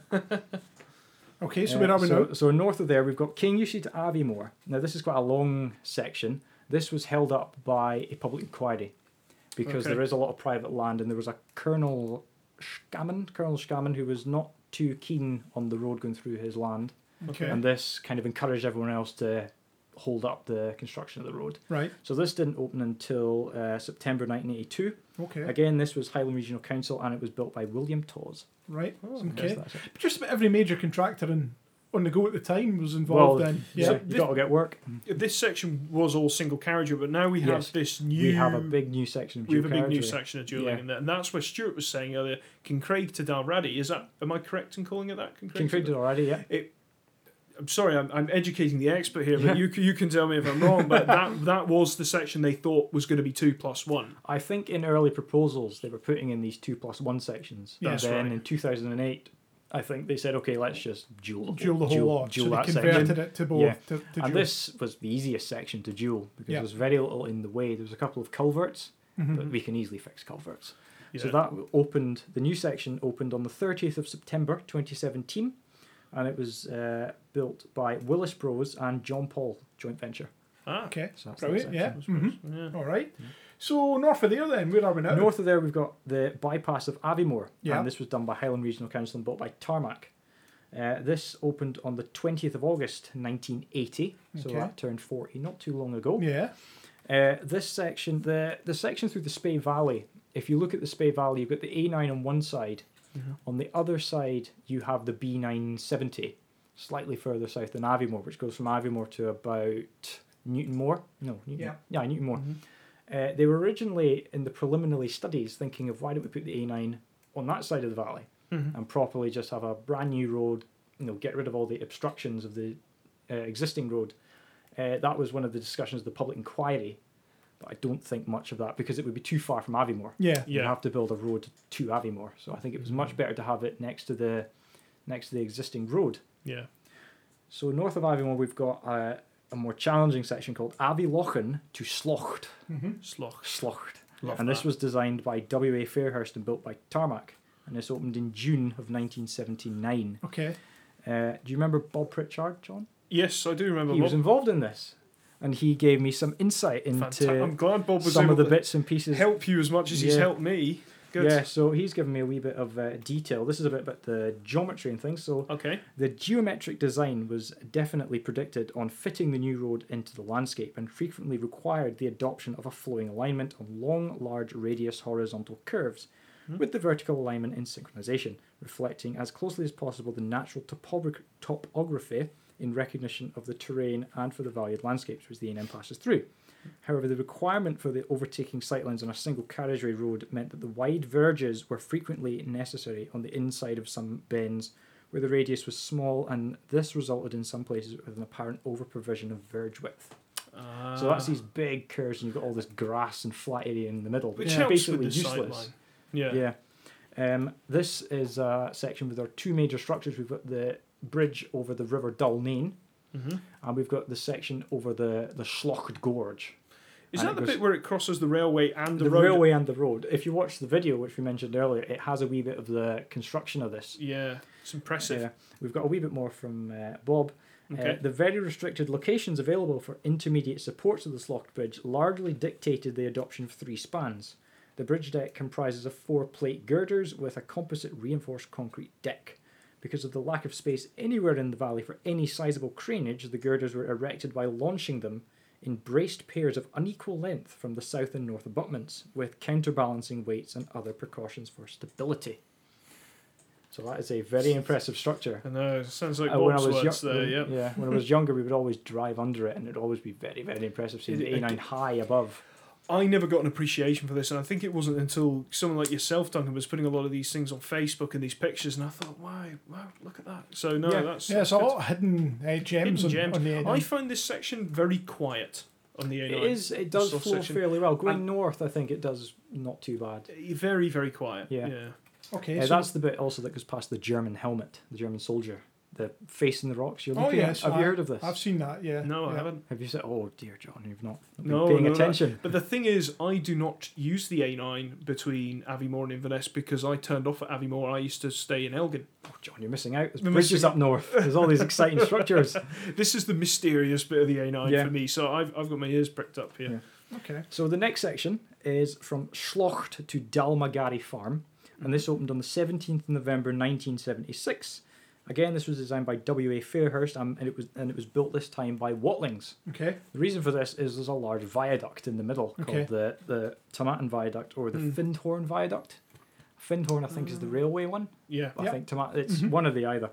Speaker 1: Okay. So
Speaker 3: Uh,
Speaker 1: where are we
Speaker 3: so,
Speaker 1: now?
Speaker 3: so north of there, we've got King Yushi to Aviemore. Now, this is quite a long section. This was held up by a public inquiry because
Speaker 2: Okay.
Speaker 3: there is a lot of private land, and there was a Colonel Scammon, Colonel Scammon, who was not too keen on the road going through his land,
Speaker 1: Okay.
Speaker 3: and this kind of encouraged everyone else to hold up the construction of the road.
Speaker 1: Right.
Speaker 3: So this didn't open until uh, September 1982.
Speaker 1: Okay.
Speaker 3: Again, this was Highland Regional Council, and it was built by William Tawes.
Speaker 1: Right.
Speaker 3: Yes,
Speaker 1: Okay.
Speaker 3: that's it.
Speaker 1: Just about every major contractor in, on the go at the time was
Speaker 3: Well,
Speaker 1: involved in.
Speaker 3: yeah,
Speaker 1: Yeah.
Speaker 3: you got to get work.
Speaker 2: This section was all single carriageway, but now we have
Speaker 3: Yes.
Speaker 2: this new.
Speaker 3: we have a big new section of
Speaker 2: we have a
Speaker 3: dual
Speaker 2: big new
Speaker 3: carriageway.
Speaker 2: section of dueling
Speaker 3: Yeah.
Speaker 2: in there, and that's where Stuart was saying earlier. Kincraig to Dalradi is that? Am I correct in calling it that? Kincraig.
Speaker 3: King
Speaker 2: to
Speaker 3: Fred did already, yeah.
Speaker 2: I'm sorry, I'm, I'm educating the expert here, but
Speaker 3: Yeah.
Speaker 2: you you, c- you can tell me if I'm wrong. But that that was the section they thought was going to be two plus one.
Speaker 3: I think in early proposals they were putting in these two plus one sections.
Speaker 1: That's
Speaker 3: but then
Speaker 2: right.
Speaker 3: in 2008, I think they said, okay, let's just duel,
Speaker 1: Dual the whole lot.
Speaker 3: duel
Speaker 1: so they
Speaker 3: that
Speaker 1: converted
Speaker 3: section.
Speaker 1: it to both.
Speaker 3: Yeah.
Speaker 1: To, to
Speaker 3: And
Speaker 1: dual.
Speaker 3: this was the easiest section to duel because
Speaker 1: Yeah.
Speaker 3: there was very little in the way. There was a couple of culverts,
Speaker 1: Mm-hmm.
Speaker 3: but we can easily fix culverts. So
Speaker 2: Yeah.
Speaker 3: that opened, the new section opened on the 30th of September 2017. and it was uh, built by Willis Bros and John Paul joint venture.
Speaker 2: Ah,
Speaker 1: Okay.
Speaker 3: So that's the
Speaker 1: Brilliant. Yeah.
Speaker 3: section.
Speaker 1: Mhm.
Speaker 2: yeah.
Speaker 1: All right. So north of there, then where are we now?
Speaker 3: North of there, we've got the bypass of Aviemore,
Speaker 1: Yeah.
Speaker 3: and this was done by Highland Regional Council and built by Tarmac. Uh, this opened on the 20th of August 1980, so
Speaker 1: Okay.
Speaker 3: that turned 40 not too long ago.
Speaker 1: Yeah.
Speaker 3: Uh, this section, the the section through the Spey Valley. If you look at the Spey Valley, you've got the A9 on one side. On the other side, you have the B970, slightly further south than Aviemore, which goes from Aviemore to about Newton Moor. No, Newton,
Speaker 1: Yeah.
Speaker 3: yeah, Newton Moor. Uh, they were originally in the preliminary studies thinking of why don't we put the A9 on that side of the valley and properly just have a brand new road, you know, get rid of all the obstructions of the uh, existing road. Uh, that was one of the discussions of the public inquiry, but I don't think much of that because it would be too far from Aviemore.
Speaker 1: Yeah.
Speaker 3: You'd
Speaker 2: Yeah. Mm.
Speaker 3: have to build a road to Aviemore, so I think it was much better to have it next to the next to the existing road.
Speaker 2: Yeah.
Speaker 3: So north of Aviemore, we've got uh, a more challenging section called Avilochen to Slocht.
Speaker 1: Mm-hmm.
Speaker 2: Sloch.
Speaker 3: Slocht.
Speaker 2: Love
Speaker 3: and this
Speaker 2: that.
Speaker 3: was designed by W.A. Fairhurst and built by Tarmac. And this opened in June of 1979.
Speaker 1: Okay.
Speaker 3: Uh, do you remember Bob Pritchard, John?
Speaker 2: Yes, I do remember.
Speaker 3: He was
Speaker 2: Bob.
Speaker 3: involved in this. And he gave me some insight
Speaker 2: Fanta- I'm
Speaker 3: into
Speaker 2: glad Bob was
Speaker 3: some
Speaker 2: able
Speaker 3: of the
Speaker 2: to
Speaker 3: bits and pieces.
Speaker 2: help you as much as he's
Speaker 3: Yeah.
Speaker 2: helped me. Good.
Speaker 3: Yeah, so he's given me a wee bit of uh, detail. This is a bit about the geometry and things. So
Speaker 2: Okay.
Speaker 3: The geometric design was definitely predicted on fitting the new road into the landscape and frequently required the adoption of a flowing alignment on long, large radius horizontal curves, with the vertical alignment in synchronization, reflecting as closely as possible the natural topog- topography in recognition of the terrain and for the valued landscapes which the A&M passes through. However, the requirement for the overtaking sightlines on a single carriageway road meant that the wide verges were frequently necessary on the inside of some bends where the radius was small, and this resulted in some places with an apparent overprovision of verge width.
Speaker 2: Uh,
Speaker 3: so that's these big curves, and you've got all this grass and flat area in the middle,
Speaker 2: which
Speaker 3: is
Speaker 2: helps with
Speaker 3: basically
Speaker 2: the
Speaker 3: useless.
Speaker 2: sideline. Yeah.
Speaker 3: Yeah. Um, this is a section with our two major structures. We've got the bridge over the River Dalnane,
Speaker 2: Mhm.
Speaker 3: and we've got the section over the the Schlocht Gorge.
Speaker 2: Is
Speaker 3: And
Speaker 2: that
Speaker 3: it
Speaker 2: the
Speaker 3: goes-
Speaker 2: bit where it crosses the railway and the,
Speaker 3: the,
Speaker 2: road?
Speaker 3: railway and the road. If you watch the video, which we mentioned earlier, it has a wee bit of the construction of this.
Speaker 2: Yeah. It's impressive.
Speaker 3: Yeah. We've got a wee bit more from uh, Bob. Uh,
Speaker 2: Okay.
Speaker 3: the very restricted locations available for intermediate supports of the Slocht Bridge largely dictated the adoption of three spans. The bridge deck comprises of four plate girders with a composite reinforced concrete deck. Because of the lack of space anywhere in the valley for any sizable cranage, the girders were erected by launching them in braced pairs of unequal length from the south and north abutments, with counterbalancing weights and other precautions for stability. So that is a very impressive structure.
Speaker 2: I know. it Sounds like
Speaker 3: Uh, when I
Speaker 2: Bob's
Speaker 3: was
Speaker 2: words
Speaker 3: young-
Speaker 2: there.
Speaker 3: when-
Speaker 2: Yeah.
Speaker 3: when I was younger, we would always drive under it, and it'd always be very, very impressive seeing the
Speaker 2: It- it-
Speaker 3: A9 high above.
Speaker 2: I never got an appreciation for this, and I think it wasn't until someone like yourself, Duncan, was putting a lot of these things on Facebook and these pictures, and I thought, wow, wow, look at that. So no,
Speaker 3: Yeah.
Speaker 2: that's
Speaker 1: Yeah, it's
Speaker 2: that's
Speaker 1: a
Speaker 2: good.
Speaker 1: lot of hidden uh, gems,
Speaker 2: Hidden
Speaker 1: on,
Speaker 2: gems.
Speaker 1: on the
Speaker 3: Oh,
Speaker 1: end.
Speaker 2: I find this section very quiet on the A9.
Speaker 3: It is. It does
Speaker 2: soft
Speaker 3: flow
Speaker 2: section.
Speaker 3: fairly well. Going
Speaker 2: And-
Speaker 3: north, I think it does not too bad.
Speaker 2: Eh, Very, very quiet.
Speaker 3: Yeah.
Speaker 2: yeah.
Speaker 1: Okay,
Speaker 3: Uh,
Speaker 1: so
Speaker 3: that's the bit also that goes past the German helmet, the German soldier, the face in the rocks. You're
Speaker 1: Oh,
Speaker 3: looking
Speaker 1: yes,
Speaker 3: at. Have you
Speaker 1: I-
Speaker 3: heard of this?
Speaker 1: I've seen that. Yeah.
Speaker 2: No, I
Speaker 1: yeah.
Speaker 2: haven't.
Speaker 3: Have you said? Oh dear, John, you've not been
Speaker 2: No,
Speaker 3: paying
Speaker 2: no, no.
Speaker 3: attention.
Speaker 2: But the thing is, I do not use the A9 between Aviemore and Inverness because I turned off at Aviemore. I used to stay in Elgin.
Speaker 3: Oh, John, you're missing out. There's
Speaker 2: We're
Speaker 3: bridges
Speaker 2: missing-
Speaker 3: up north. There's all these exciting structures.
Speaker 2: This is the mysterious bit of the A9
Speaker 3: Yeah.
Speaker 2: for me, so I've, I've got my ears pricked up here.
Speaker 3: Yeah.
Speaker 1: Okay.
Speaker 3: So the next section is from Schlocht to Dalmagary Farm, and this opened on the 17th of November 1976. Again, this was designed by W.A. Fairhurst, um, and it was and it was built this time by Watlings.
Speaker 1: Okay.
Speaker 3: The reason for this is there's a large viaduct in the middle
Speaker 1: Okay.
Speaker 3: called the the Tomaten Viaduct or the
Speaker 2: Mm.
Speaker 3: Findhorn Viaduct. Findhorn, I think, is the railway one.
Speaker 2: Yeah.
Speaker 3: I
Speaker 1: Yep.
Speaker 3: think Tomat- it's one of the either.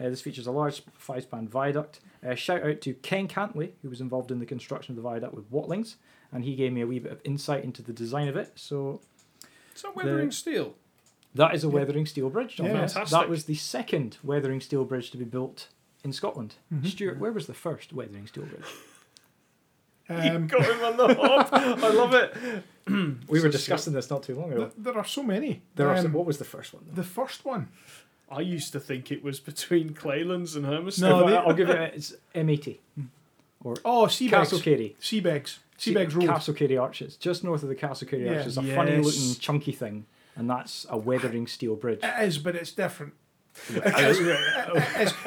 Speaker 3: Uh, this features a large five span viaduct. Uh, shout out to Ken Cantley, who was involved in the construction of the viaduct with Watlings, and he gave me a wee bit of insight into the design of it. So
Speaker 2: Is that weathering
Speaker 3: The-
Speaker 2: steel?
Speaker 3: that is a
Speaker 1: Yeah.
Speaker 3: Weathering steel bridge. John.
Speaker 1: Yeah.
Speaker 3: That
Speaker 2: Fantastic.
Speaker 3: was the second Weathering steel bridge to be built in Scotland. Stuart, where was the first Weathering steel bridge?
Speaker 2: you
Speaker 1: Um,
Speaker 2: got him on the hop. I love it.
Speaker 3: we were discussing this not too long ago.
Speaker 1: th- there are so many.
Speaker 3: There are
Speaker 1: Um,
Speaker 3: some, what was the first one?
Speaker 1: The first one.
Speaker 2: I used to think it was between Claylands and Hermiston.
Speaker 3: No,
Speaker 1: No, they-
Speaker 3: I'll give you it's E M80.
Speaker 1: Oh, Seabags.
Speaker 3: Castlecary.
Speaker 1: Seabags. Seabags Road.
Speaker 3: Castlecary Arches, just north of the Castlecary
Speaker 1: Yeah.
Speaker 3: Arches, a funny
Speaker 2: Yes.
Speaker 3: looking chunky thing, and that's a weathering steel bridge.
Speaker 1: It is, but it's different. it's,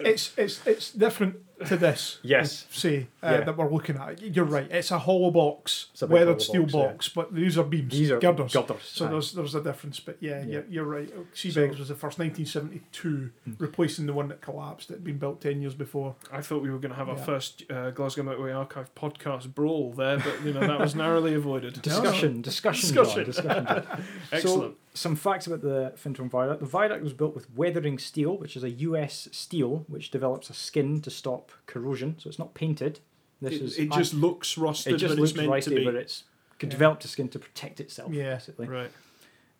Speaker 1: it's it's it's different to this.
Speaker 3: Yes.
Speaker 1: I'd Say uh,
Speaker 3: Yeah.
Speaker 1: that we're looking at. You're right. It's a hollow box,
Speaker 3: It's a big
Speaker 1: weathered steel
Speaker 3: hollow
Speaker 1: box,
Speaker 3: box, yeah.
Speaker 1: but these are beams,
Speaker 3: These are
Speaker 1: girders.
Speaker 3: gutters.
Speaker 1: So there's there's a difference, but yeah,
Speaker 3: Yeah.
Speaker 1: You're, you're right. Seabags was the first 1972,
Speaker 3: Hmm.
Speaker 1: replacing the one that collapsed. It had been built ten years before.
Speaker 2: I thought we were going to have our
Speaker 1: Yeah.
Speaker 2: first uh, Glasgow Motorway Archive podcast brawl there, but you know that was narrowly avoided.
Speaker 3: discussion, discussion,
Speaker 2: Discussion.
Speaker 3: John, discussion. John.
Speaker 2: Excellent.
Speaker 3: So, some facts about the Fintron Viaduct. The viaduct was built with weathering steel, which is a US steel which develops a skin to stop corrosion. So it's not painted. This
Speaker 2: it,
Speaker 3: is
Speaker 2: it just looks
Speaker 3: it
Speaker 2: rusted,
Speaker 3: just
Speaker 2: but
Speaker 3: looks
Speaker 2: it's meant
Speaker 3: rusty,
Speaker 2: to be.
Speaker 3: but it's could
Speaker 1: Yeah.
Speaker 3: develop a skin to protect itself.
Speaker 1: Yeah.
Speaker 3: basically.
Speaker 2: Right.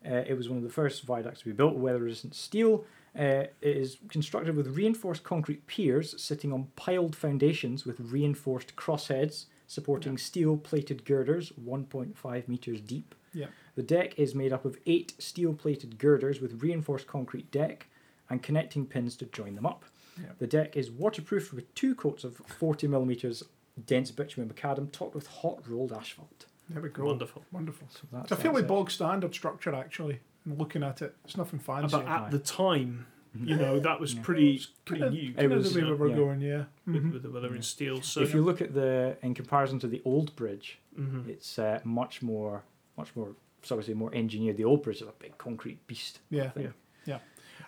Speaker 3: Uh, it was one of the first viaducts to be built with weather-resistant steel. Uh, it is constructed with reinforced concrete piers sitting on piled foundations with reinforced crossheads supporting steel-plated girders 1.5 meters deep.
Speaker 1: Yeah.
Speaker 3: The deck is made up of eight steel-plated girders with reinforced concrete deck and connecting pins to join them up.
Speaker 1: Yeah.
Speaker 3: The deck is waterproofed with two coats of 40 millimeters dense bitumen macadam topped with hot rolled asphalt.
Speaker 1: There we go.
Speaker 2: Wonderful.
Speaker 1: Wonderful.
Speaker 3: So
Speaker 1: It's
Speaker 3: that's
Speaker 1: a fairly
Speaker 3: that's it.
Speaker 1: bog standard structure, actually. And looking at it, it's nothing fancy.
Speaker 2: But at the time, you know that was pretty pretty new.
Speaker 1: Kind of
Speaker 3: was,
Speaker 1: the way
Speaker 2: you
Speaker 1: we
Speaker 2: know,
Speaker 1: were
Speaker 3: yeah.
Speaker 1: going, yeah.
Speaker 2: with,
Speaker 1: Mhm.
Speaker 2: with the weather and steel. So
Speaker 3: if you look at the in comparison to the old bridge,
Speaker 1: Mm-hmm.
Speaker 2: Mhm.
Speaker 3: it's uh, much more, much more, shall we say, more engineered. The old bridge is a big concrete beast.
Speaker 1: Yeah.
Speaker 3: thing.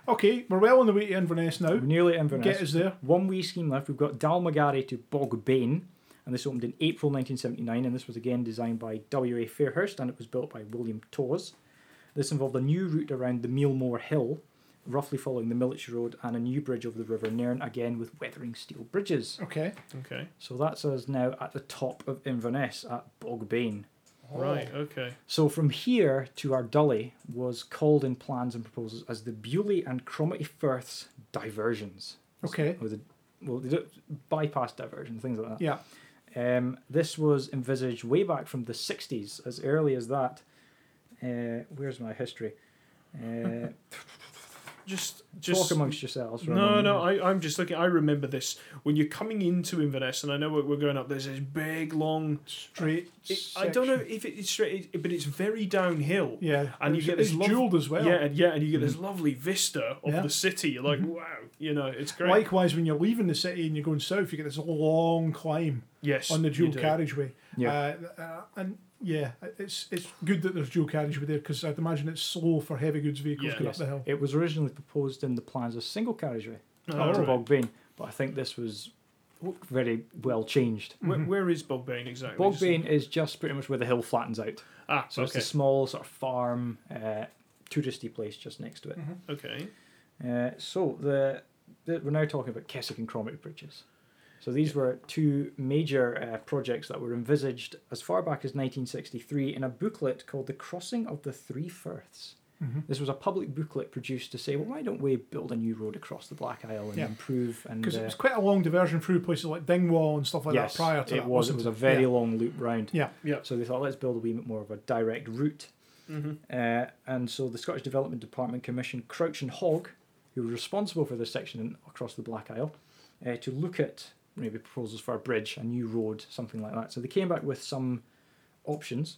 Speaker 1: Okay, we're well on the way to Inverness now.
Speaker 3: We're nearly at Inverness.
Speaker 1: Get us there.
Speaker 3: One wee scheme left. We've got Dalmagary to Bogbane, and this opened in April 1979, and this was again designed by W.A. Fairhurst, and it was built by William Tawes. This involved a new route around the Mealmore Hill, roughly following the Military Road, and a new bridge over the River Nairn, again with weathering steel bridges.
Speaker 1: Okay.
Speaker 2: okay,
Speaker 3: So that's us now at the top of Inverness at Bogbane. Oh.
Speaker 2: right, okay,
Speaker 3: So from here to Ardully was called in plans and proposals as the Bewley and Cromarty Firths diversions.
Speaker 1: Okay.
Speaker 3: Or the, well, they don't- bypass diversion, things like that.
Speaker 1: Yeah.
Speaker 3: Um, this was envisaged way back from the 60s, as early as that. Uh, where's my history? Uh,
Speaker 2: just just
Speaker 3: talk amongst yourselves. for a
Speaker 2: No,
Speaker 3: moment.
Speaker 2: no, I, I'm just looking. I remember this when you're coming into Inverness, and I know we're going up. There's this big long.
Speaker 1: Straight.
Speaker 2: It, I don't know
Speaker 1: section.
Speaker 2: if it's straight, it- but it's very downhill.
Speaker 1: Yeah.
Speaker 2: And you
Speaker 1: It's-
Speaker 2: get this
Speaker 1: it's
Speaker 2: lov-
Speaker 1: jeweled as well.
Speaker 2: Yeah, and yeah, and you get this lovely vista of
Speaker 1: Yeah.
Speaker 2: the city. You're like, wow, you know, it's great.
Speaker 1: Likewise, when you're leaving the city and you're going south, you get this long climb
Speaker 2: yes,
Speaker 1: on the
Speaker 2: you
Speaker 1: dual
Speaker 2: do.
Speaker 1: carriageway.
Speaker 3: Yeah.
Speaker 1: Uh, uh, and yeah, it's it's good that there's dual carriageway there because I'd imagine it's slow for heavy goods vehicles
Speaker 2: Yeah.
Speaker 1: going
Speaker 3: Yes.
Speaker 1: up the hill.
Speaker 3: It was originally proposed in the plans as single carriageway
Speaker 2: Oh,
Speaker 3: up to
Speaker 2: right.
Speaker 3: Bogbane, but I think this was very well changed.
Speaker 2: Where,
Speaker 1: Mm-hmm.
Speaker 2: where is Bogbane exactly? Just-
Speaker 3: Bogbane is just pretty much where the hill flattens out.
Speaker 2: Ah,
Speaker 3: So it's
Speaker 2: okay,
Speaker 3: a small sort of farm, uh, touristy place just next to it.
Speaker 2: okay.
Speaker 3: Uh, so the, the we're now talking about Keswick and Cromarty bridges. So these were two major uh, projects that were envisaged as far back as 1963 in a booklet called The Crossing of the Three Firths.
Speaker 1: Mm-hmm.
Speaker 3: This was a public booklet produced to say, well, why don't we build a new road across the Black Isle and
Speaker 1: Yeah.
Speaker 3: improve and
Speaker 1: Because
Speaker 3: uh,
Speaker 1: it was quite a long diversion through places like Dingwall and stuff like
Speaker 3: yes,
Speaker 1: that prior to
Speaker 3: it
Speaker 1: that.
Speaker 3: was it
Speaker 1: wasn't
Speaker 3: was a very
Speaker 1: Yeah.
Speaker 3: long loop round.
Speaker 1: Yeah.
Speaker 2: Yeah.
Speaker 3: So they thought, let's build a wee bit more of a direct route.
Speaker 2: Mm-hmm.
Speaker 3: Uh, and so the Scottish Development Department commissioned Crouch and Hogg, who were responsible for this section in, across the Black Isle, uh, to look at maybe proposals for a bridge, a new road, something like that. So they came back with some options.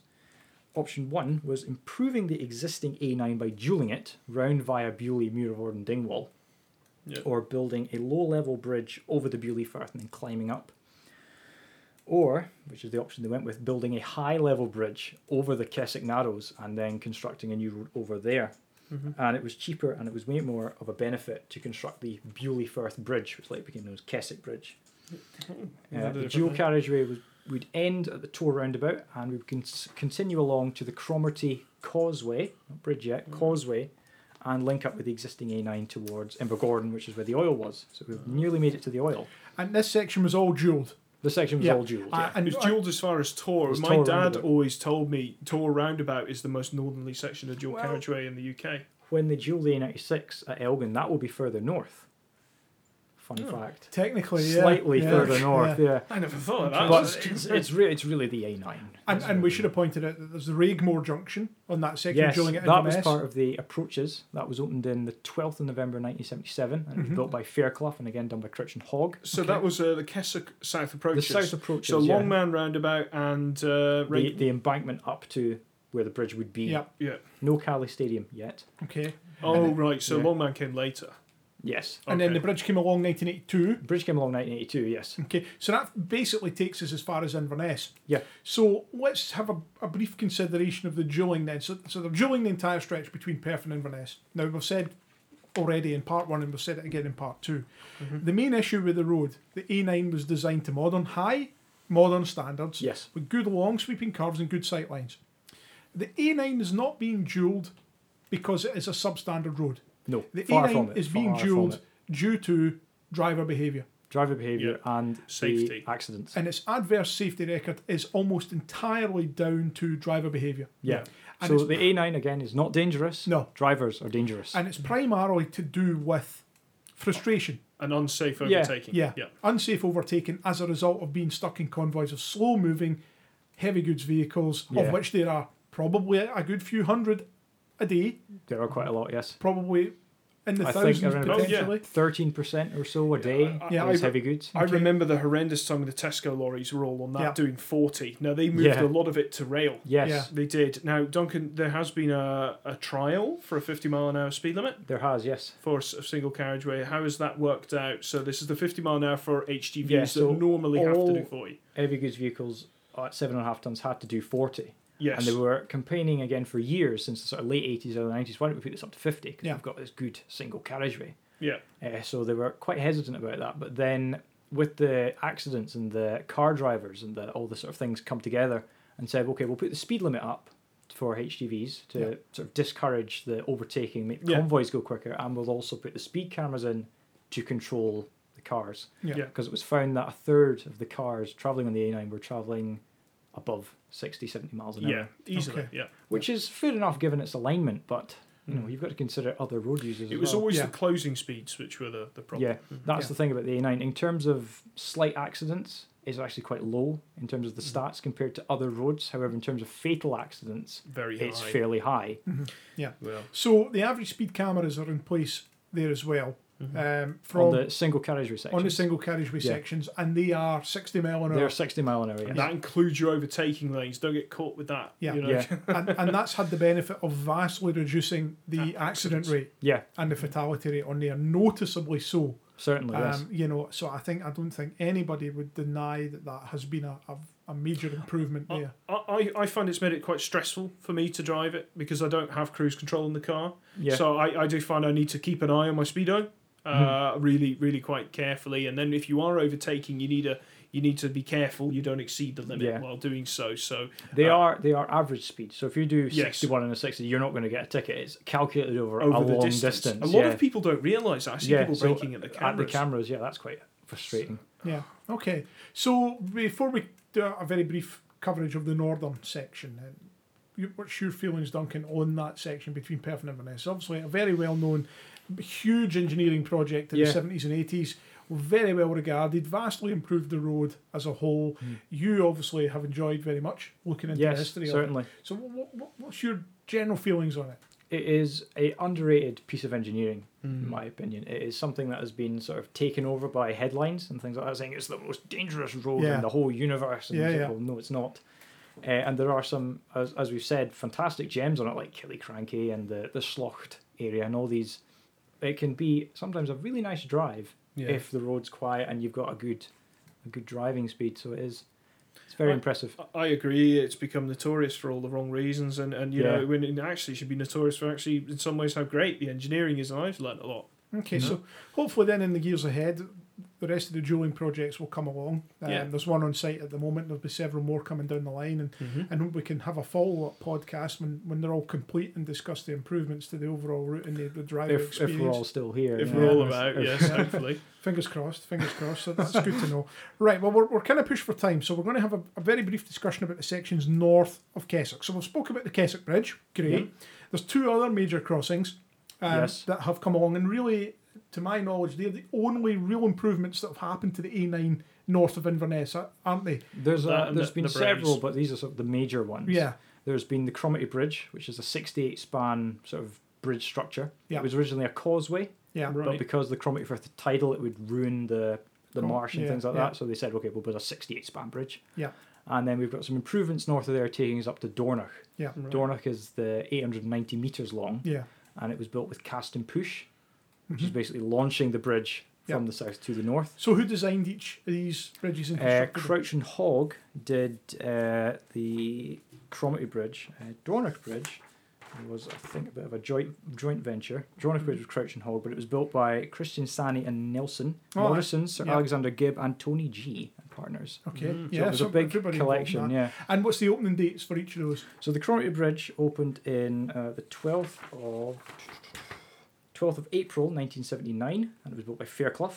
Speaker 3: Option one was improving the existing A9 by dueling it round via Bewley, Muirvord, and Dingwall,
Speaker 2: Yeah.
Speaker 3: or building a low level bridge over the Bewley Firth and then climbing up or which is the option they went with building a high level bridge over the keswick narrows and then constructing a new road over there
Speaker 2: Mm-hmm.
Speaker 3: and it was cheaper and it was way more of a benefit to construct the bewley firth bridge which later became known as keswick bridge Uh,
Speaker 2: Another
Speaker 3: the
Speaker 2: different
Speaker 3: dual
Speaker 2: name.
Speaker 3: carriageway was, would end at the tour roundabout and we would con- continue along to the cromarty causeway not bridge yet
Speaker 2: Mm-hmm.
Speaker 3: causeway and link up with the existing a9 towards invergordon which is where the oil was so
Speaker 1: Mm.
Speaker 3: we've nearly made it to the oil
Speaker 1: And this section was all jeweled.
Speaker 3: the section was
Speaker 1: Yeah.
Speaker 3: all dual
Speaker 1: I- and
Speaker 2: It's dual as far as Tor.
Speaker 3: It's
Speaker 2: My
Speaker 3: Tor
Speaker 2: dad
Speaker 3: roundabout.
Speaker 2: always told me Tor roundabout is the most northerly section of dual
Speaker 1: Well-
Speaker 2: carriageway in the UK.
Speaker 3: when they duel the A96 at Elgin, that will be further north. Fun fact.
Speaker 1: Technically, Oh. yeah.
Speaker 3: Slightly
Speaker 1: yeah,
Speaker 3: further north, yeah.
Speaker 2: I never thought of that.
Speaker 3: But it's, it's, re- it's really the A9.
Speaker 1: And, and we should have pointed out that there's the Raigmore Junction on that section
Speaker 3: Yes,
Speaker 1: dueling at
Speaker 3: that was
Speaker 1: Inverness.
Speaker 3: part of the approaches. That was opened in the 12th of November 1977 and it was
Speaker 1: Mm-hmm.
Speaker 3: built by Fairclough and again done by Crouch and Hogg.
Speaker 2: so that was uh, the Keswick South
Speaker 3: The
Speaker 2: approaches.
Speaker 3: south approaches,
Speaker 2: so
Speaker 3: yeah.
Speaker 2: Longman roundabout and uh,
Speaker 3: the,
Speaker 2: Ray-
Speaker 3: the embankment up to where the bridge would be.
Speaker 1: Yep.
Speaker 2: Yeah.
Speaker 3: No Cali Stadium yet.
Speaker 1: Okay.
Speaker 2: Oh right, so
Speaker 3: yeah.
Speaker 2: Longman came later.
Speaker 3: Yes.
Speaker 1: And then the
Speaker 2: Okay.
Speaker 1: bridge came along 1982.
Speaker 3: Bridge came along 1982, yes.
Speaker 1: Okay, so that basically takes us as far as Inverness.
Speaker 3: Yeah.
Speaker 1: So let's have a, a brief consideration of the dueling then. So, so they're dueling the entire stretch between Perth and Inverness. Now, we've said already in part one and we've said it again in part 2
Speaker 3: Mm-hmm.
Speaker 1: The main issue with the road, the A9 was designed to modern high, modern standards
Speaker 3: Yes.
Speaker 1: with good long sweeping curves and good sight lines. The A9 is not being duelled because it is a substandard road.
Speaker 3: No.
Speaker 1: The
Speaker 3: far
Speaker 1: A9
Speaker 3: from it.
Speaker 1: is being
Speaker 3: far from
Speaker 1: duelled
Speaker 3: it.
Speaker 1: due to driver behaviour.
Speaker 3: Driver behaviour and the
Speaker 2: Safety.
Speaker 3: accidents.
Speaker 1: and its adverse safety record is almost entirely down to driver behaviour.
Speaker 3: yeah.
Speaker 1: And
Speaker 3: So
Speaker 1: it's-
Speaker 3: the A9 again is not dangerous.
Speaker 1: No.
Speaker 3: Drivers are dangerous.
Speaker 1: And it's primarily to do with frustration,
Speaker 2: An unsafe
Speaker 3: Yeah,
Speaker 2: overtaking.
Speaker 1: yeah,
Speaker 2: Yeah.
Speaker 1: unsafe overtaking as a result of being stuck in convoys of slow moving heavy goods vehicles,
Speaker 3: Yeah.
Speaker 1: of which there are probably a good few hundred a day,
Speaker 3: there are quite a lot, yes.
Speaker 1: probably in the
Speaker 3: I think
Speaker 1: thousands
Speaker 3: around about-
Speaker 2: Oh, yeah.
Speaker 1: potentially.
Speaker 3: Thirteen percent or so a day
Speaker 2: I-
Speaker 1: Yeah,
Speaker 3: was
Speaker 1: I-
Speaker 3: heavy goods.
Speaker 2: I
Speaker 1: Okay.
Speaker 2: remember the horrendous time the Tesco lorries were all on that
Speaker 1: Yeah.
Speaker 2: doing 40. Now they moved
Speaker 3: Yeah.
Speaker 2: a lot of it to rail.
Speaker 3: Yes,
Speaker 1: yeah.
Speaker 2: They did. Now, Duncan, there has been a, a trial for a 50 mile an hour speed limit
Speaker 3: there has yes.
Speaker 2: for s- a single carriageway. How has that worked out? So, this is the 50 mile an hour for HGVs
Speaker 3: Yeah, so
Speaker 2: that normally have to do
Speaker 3: all-
Speaker 2: 40.
Speaker 3: Heavy goods vehicles at seven and a half tons had to do forty,
Speaker 2: Yes.
Speaker 3: and they were campaigning again for years since the sort of late eighties or the nineties. Why don't we put this up to fifty? Because
Speaker 1: Yeah.
Speaker 3: we've got this good single carriageway.
Speaker 2: yeah.
Speaker 3: Uh, so they were quite hesitant about that. But then with the accidents and the car drivers and the, all the sort of things come together and said, okay, we'll put the speed limit up for HGVs to
Speaker 1: Yeah.
Speaker 3: sort of discourage the overtaking, make the
Speaker 2: Yeah.
Speaker 3: convoys go quicker, and we'll also put the speed cameras in to control the cars.
Speaker 1: Yeah.
Speaker 2: Yeah.
Speaker 3: Because it was found that a third of the cars travelling on the A9 were travelling above 60, 70 miles an hour,
Speaker 2: Yeah. Easily.
Speaker 1: Okay.
Speaker 2: Yeah.
Speaker 3: which is fair enough given its alignment, but you know, you've got to consider other road users as
Speaker 2: Hmm. It was
Speaker 3: well.
Speaker 2: always
Speaker 1: Yeah.
Speaker 2: the closing speeds which were the, the problem.
Speaker 3: Yeah, that's
Speaker 1: Yeah.
Speaker 3: the thing about the A9. In terms of slight accidents, it's actually quite low in terms of the
Speaker 2: Mm-hmm.
Speaker 3: stats compared to other roads. However, in terms of fatal accidents,
Speaker 2: Very high.
Speaker 3: it's fairly high.
Speaker 2: Well,
Speaker 1: So the average speed cameras are in place there as well. Um, from
Speaker 3: Mm-hmm. on the single carriageway section.
Speaker 1: on the single carriageway
Speaker 3: Yeah.
Speaker 1: sections, and they are 60 mile an hour.
Speaker 3: They're 60 mile an hour. yes.
Speaker 2: that includes your overtaking lanes. Don't get caught with that.
Speaker 1: Yeah.
Speaker 2: You know?
Speaker 3: Yeah,
Speaker 1: and, and that's had the benefit of vastly reducing the accident
Speaker 2: Accidents.
Speaker 1: rate
Speaker 3: yeah,
Speaker 1: and the fatality rate on there, noticeably so.
Speaker 3: certainly. Oh, yes.
Speaker 1: Um, you know, so I think I don't think anybody would deny that that has been a, a, a major improvement
Speaker 2: I-
Speaker 1: there.
Speaker 2: I, I find it's made it quite stressful for me to drive it because I don't have cruise control in the car.
Speaker 3: Yeah.
Speaker 2: So I, I do find I need to keep an eye on my speedo, uh,
Speaker 3: Mm-hmm.
Speaker 2: really really quite carefully. And then if you are overtaking, you need a you need to be careful. You don't exceed the limit
Speaker 3: Yeah.
Speaker 2: while doing so. So
Speaker 3: They
Speaker 2: uh,
Speaker 3: are they are average speed. So if you do
Speaker 2: Yes.
Speaker 3: 61 and a 60, you're not going to get a ticket. It's calculated over,
Speaker 2: over
Speaker 3: a
Speaker 2: the
Speaker 3: long
Speaker 2: distance.
Speaker 3: distance.
Speaker 2: A lot
Speaker 3: yeah.
Speaker 2: of people don't realise that. I see
Speaker 3: yeah.
Speaker 2: people
Speaker 3: so
Speaker 2: braking at the
Speaker 3: at the
Speaker 2: cameras.
Speaker 3: cameras. Yeah, that's quite frustrating.
Speaker 1: Yeah. Okay. So before we do a very brief coverage of the northern section, uh, you- what's your feelings, Duncan, on that section between Perth and Inverness? Obviously, a very well known, huge engineering project in
Speaker 3: Yeah.
Speaker 1: the seventies and eighties. Very well regarded, vastly improved the road as a whole. You obviously have enjoyed very much looking into the
Speaker 3: Hmm. yes,
Speaker 1: history of it.
Speaker 3: certainly.
Speaker 1: So, what, what's your general feelings on it?
Speaker 3: it is a underrated piece of engineering in
Speaker 2: Mm.
Speaker 3: my opinion it is something that has been sort of taken over by headlines and things like that saying it's the most dangerous road
Speaker 1: Yeah.
Speaker 3: in the whole universe and
Speaker 1: Yeah,
Speaker 3: it's like,
Speaker 1: yeah.
Speaker 3: well no it's not uh, and there are some as, as we've said fantastic gems on it like Killy Cranky and the, the Slocht area and all these it can be sometimes a really nice drive
Speaker 2: Yeah.
Speaker 3: if the road's quiet and you've got a good a good driving speed so it is it's very
Speaker 2: I-
Speaker 3: impressive
Speaker 2: I- I agree. It's become notorious for all the wrong reasons, and and you
Speaker 3: Yeah.
Speaker 2: know when it actually should be notorious for actually in some ways how great the engineering is, and I've learned a lot.
Speaker 1: Okay, so hopefully then in the years ahead, the rest of the dueling projects will come along. Um,
Speaker 2: Yeah.
Speaker 1: There's one on site at the moment. There'll be several more coming down the line, and
Speaker 3: Mm-hmm.
Speaker 1: and we can have a follow up podcast when, when they're all complete and discuss the improvements to the overall route and the, the driver
Speaker 3: if, if
Speaker 1: experience.
Speaker 3: we're all still here
Speaker 2: If
Speaker 3: yeah.
Speaker 2: we're all about,
Speaker 3: If-
Speaker 2: yes, hopefully.
Speaker 1: Fingers crossed, fingers crossed. So that's good to know. Right, well, we're, we're kind of pushed for time, so we're going to have a, a very brief discussion about the sections north of Keswick. So we've spoke about the Keswick Bridge, great. There's two other major crossings um,
Speaker 3: Yes.
Speaker 1: that have come along, and really, to my knowledge, they're the only real improvements that have happened to the A9 north of Inverness, a- aren't they?
Speaker 3: There's
Speaker 2: That
Speaker 3: a,
Speaker 2: and
Speaker 3: there's
Speaker 2: the-
Speaker 3: been
Speaker 2: the bridge.
Speaker 3: several, but these are sort of the major ones.
Speaker 1: Yeah.
Speaker 3: There's been the Cromarty Bridge, which is a 68 span sort of bridge structure.
Speaker 1: Yeah.
Speaker 3: It was originally a causeway,
Speaker 1: Yeah.
Speaker 2: Right.
Speaker 3: but because the Cromarty Firth is tidal, it would ruin the the
Speaker 1: Oh,
Speaker 3: marsh and
Speaker 1: yeah,
Speaker 3: things like
Speaker 1: yeah.
Speaker 3: that. So they said, okay, we'll build a 68 span bridge.
Speaker 1: Yeah.
Speaker 3: And then we've got some improvements north of there taking us up to Dornoch.
Speaker 1: Yeah.
Speaker 2: Right.
Speaker 3: Dornoch is the 890 metres long,
Speaker 1: Yeah. Mm-hmm.
Speaker 3: and it was built with cast and push, which is basically launching the bridge from
Speaker 1: Yeah.
Speaker 3: the south to the north.
Speaker 1: So who designed each of these bridges and
Speaker 3: Uh,
Speaker 1: constructed them?
Speaker 3: Crouch and Hogg did uh, the Cromarty Bridge. Uh, Dornoch Bridge was, I think, a bit of a joint joint venture. Dornoch
Speaker 1: Hmm.
Speaker 3: Bridge was Crouch and Hogg, but it was built by Christian Sani and Nelson
Speaker 1: Oh, I-
Speaker 3: Morrison, Sir
Speaker 1: yeah.
Speaker 3: Alexander Gibb, and Tony G. and partners.
Speaker 1: Okay.
Speaker 2: Mm.
Speaker 3: Mm-hmm. So
Speaker 1: Yeah.
Speaker 3: it was a
Speaker 1: so
Speaker 3: big
Speaker 1: everybody involved in
Speaker 3: collection,
Speaker 1: that.
Speaker 3: yeah.
Speaker 1: And what's the opening dates for each of those?
Speaker 3: So the Cromarty Bridge opened in uh, the 12th of 12th of April 1979 and it was built by Fairclough.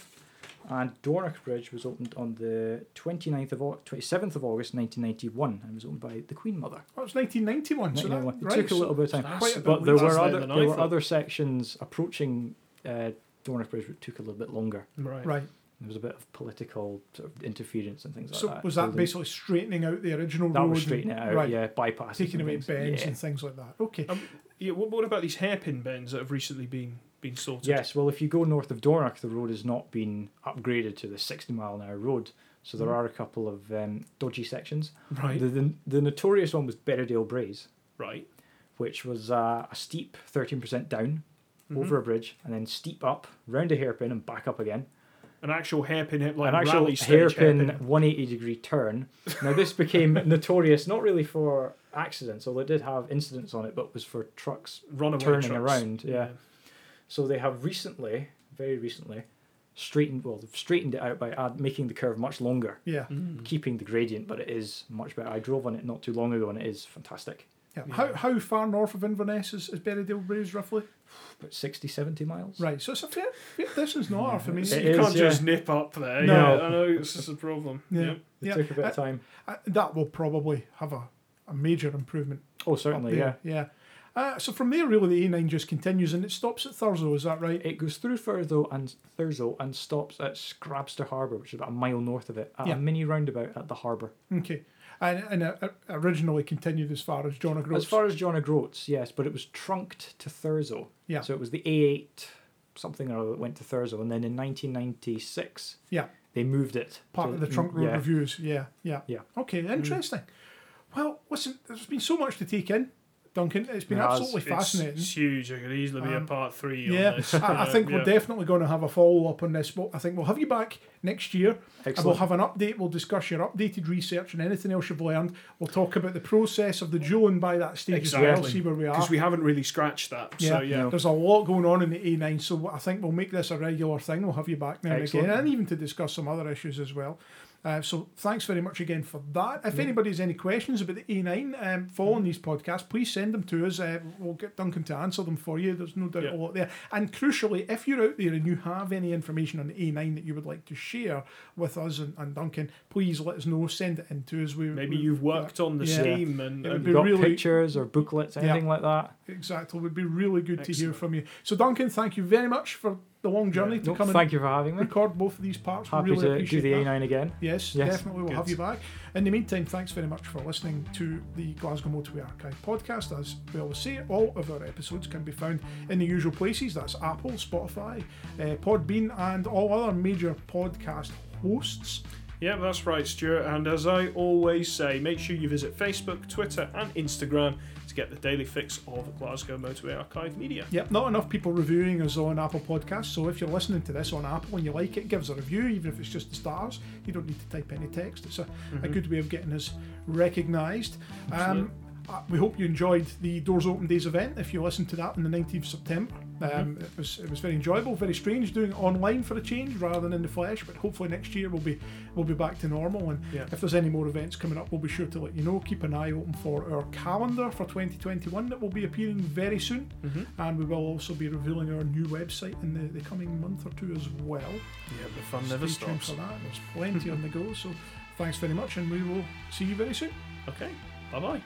Speaker 3: And Dornoch Bridge was opened on the 29th of Au- 27th of August 1991 and was opened by the Queen Mother.
Speaker 1: Oh, it's 1991. So that,
Speaker 3: 1991. it
Speaker 1: right,
Speaker 3: took a
Speaker 1: so-
Speaker 3: little bit of time.
Speaker 2: that's
Speaker 1: quite a bit
Speaker 3: But there
Speaker 2: later
Speaker 3: were
Speaker 2: than
Speaker 3: other
Speaker 2: I
Speaker 3: there were
Speaker 2: thought.
Speaker 3: other sections approaching uh, Dornoch Bridge that took a little bit longer.
Speaker 2: Right.
Speaker 1: Right.
Speaker 3: There was a bit of political sort of interference and things like
Speaker 1: So
Speaker 3: that.
Speaker 1: was that
Speaker 3: the-
Speaker 1: basically straightening out the original
Speaker 3: that
Speaker 1: road?
Speaker 3: was
Speaker 1: and-
Speaker 3: straightening it out,
Speaker 1: right,
Speaker 3: yeah, bypassing
Speaker 1: Taking
Speaker 3: some
Speaker 1: away
Speaker 3: things.
Speaker 1: bends
Speaker 3: Yeah.
Speaker 1: and things like that. Okay.
Speaker 2: Um, Yeah. What, what about these hairpin bends that have recently been been sorted?
Speaker 3: Yes, well, if you go north of Dornoch, the road has not been upgraded to the 60 mile an hour road, so there
Speaker 2: Mhm.
Speaker 3: are a couple of um, dodgy sections.
Speaker 2: Right.
Speaker 3: The, the, the notorious one was Berridale Braes,
Speaker 2: right.
Speaker 3: which was uh, a steep 13% down
Speaker 2: Mhm.
Speaker 3: over a bridge and then steep up, round a hairpin, and back up again.
Speaker 2: An actual hairpin, like
Speaker 3: An actual
Speaker 2: rally stage
Speaker 3: hairpin, 180 degree turn. Now, this became notorious not really for accidents, although it did have incidents on it, but was for trucks
Speaker 2: runaway
Speaker 3: turning
Speaker 2: trucks.
Speaker 3: around, yeah. So they have recently, very recently, straightened well, they've straightened it out by add, making the curve much longer,
Speaker 1: Yeah.
Speaker 2: Mm.
Speaker 3: keeping the gradient, but it is much better. I drove on it not too long ago, and it is fantastic.
Speaker 1: yeah.
Speaker 2: Yeah.
Speaker 1: How, how far north of Inverness is, is Berrydale Braes roughly?
Speaker 3: About 60, 70 miles.
Speaker 1: Right. So it's a fair, fair distance north. I mean,
Speaker 2: You
Speaker 3: It
Speaker 1: you
Speaker 3: is,
Speaker 1: can't-
Speaker 2: can't
Speaker 3: yeah.
Speaker 2: just nip up there.
Speaker 1: No.
Speaker 2: Yeah, I know this is a problem.
Speaker 1: Yeah.
Speaker 2: Yeah.
Speaker 3: It
Speaker 1: Yeah,
Speaker 3: took a bit of
Speaker 1: I-
Speaker 3: time.
Speaker 1: uh, that will probably have a, a major improvement.
Speaker 3: Oh,
Speaker 1: up
Speaker 3: certainly, yeah.
Speaker 1: there. Yeah. Uh, so from there, really, the A9 just continues and it stops at Thurso. Is that right?
Speaker 3: It goes through Thurso and Thurso and stops at Scrabster Harbour, which is about a mile north of it, at
Speaker 1: Yeah.
Speaker 3: a mini roundabout at the harbour.
Speaker 1: Okay. And, and uh, uh, originally continued as far as John O'Groats.
Speaker 3: As far as John O'Groats, yes, but it was trunked to Thurso.
Speaker 1: Yeah.
Speaker 3: So it was the A8 something or other that went to Thurso, and then in 1996,
Speaker 1: Yeah.
Speaker 3: they moved it.
Speaker 1: part
Speaker 3: to-
Speaker 1: of the trunk road
Speaker 3: mm, yeah.
Speaker 1: reviews. Yeah, yeah,
Speaker 3: Yeah. Mm.
Speaker 1: Okay, interesting. Well, listen, there's been so much to take in, Duncan. It's been
Speaker 3: It has.
Speaker 1: absolutely
Speaker 2: It's,
Speaker 1: fascinating.
Speaker 2: it's huge. It could easily be a
Speaker 1: Um,
Speaker 2: part three.
Speaker 1: yeah,
Speaker 2: on this.
Speaker 1: I, I
Speaker 2: Uh,
Speaker 1: think
Speaker 2: yeah.
Speaker 1: we're definitely going to have a follow up on this. Well, I think we'll have you back next year, and we'll
Speaker 3: Excellent.
Speaker 1: have an update. We'll discuss your updated research and anything else you've learned. We'll talk about the process of the dueling by that stage as well.
Speaker 2: Exactly.
Speaker 1: See where we are.
Speaker 2: because we haven't really scratched that.
Speaker 1: Yeah.
Speaker 2: So yeah,
Speaker 3: No.
Speaker 1: There's a lot going on in the A9, so I think we'll make this a regular thing. We'll have you back now and again,
Speaker 3: Excellent.
Speaker 1: and even to discuss some other issues as well. Uh, so thanks very much again for that. If anybody has any questions about the A9 um, following
Speaker 2: Mm.
Speaker 1: these podcasts, please send them to us. Uh, we'll get Duncan to answer them for you. There's no doubt
Speaker 2: Yeah.
Speaker 1: a lot there. And crucially, if you're out there and you have any information on the A9 that you would like to share with us and, and Duncan, please let us know. Send it in to us. We,
Speaker 2: maybe
Speaker 1: we-
Speaker 2: you've worked on the
Speaker 1: Yeah.
Speaker 2: scheme and,
Speaker 1: It would
Speaker 2: and
Speaker 1: be
Speaker 3: Got
Speaker 1: really-
Speaker 3: pictures or booklets, anything like that.
Speaker 1: Exactly. It would be really good to hear
Speaker 2: Excellent.
Speaker 1: from you. So, Duncan, thank you very much for the long journey to
Speaker 3: Nope,
Speaker 1: come and
Speaker 3: thank you for having me.
Speaker 1: record both of these parts. we
Speaker 3: Happy
Speaker 1: really
Speaker 3: to do
Speaker 1: appreciate
Speaker 3: the
Speaker 1: that.
Speaker 3: A9 again.
Speaker 1: Yes,
Speaker 3: Yes.
Speaker 1: definitely. We'll have
Speaker 2: Good.
Speaker 1: you back. In the meantime, thanks very much for listening to the Glasgow Motorway Archive podcast. As we always say, all of our episodes can be found in the usual places. That's Apple, Spotify, uh, Podbean, and all other major podcast hosts.
Speaker 2: Yeah, that's right, Stuart. And as I always say, make sure you visit Facebook, Twitter, and Instagram to get the daily fix of Glasgow Motorway Archive Media.
Speaker 1: Yep, not enough people reviewing us on Apple Podcasts. So if you're listening to this on Apple and you like it, give us a review, even if it's just the stars. You don't need to type any text. It's a, a good way of getting us recognised. Um, uh, we hope you enjoyed the Doors Open Days event. If you listened to that on the 19th of September, um, it was it was very enjoyable, very strange doing it online for a change rather than in the flesh. But hopefully next year we'll be we'll be back to normal. And
Speaker 2: Yeah.
Speaker 1: if there's any more events coming up, we'll be sure to let you know. Keep an eye open for our calendar for 2021 that will be appearing very soon.
Speaker 2: Mhm.
Speaker 1: And we will also be revealing our new website in the, the coming month or two as well.
Speaker 2: Yeah, the fun never
Speaker 1: Stay tuned
Speaker 2: stops.
Speaker 1: for that. There's plenty on the go. So thanks very much, and we will see you very soon.
Speaker 2: Okay, bye bye.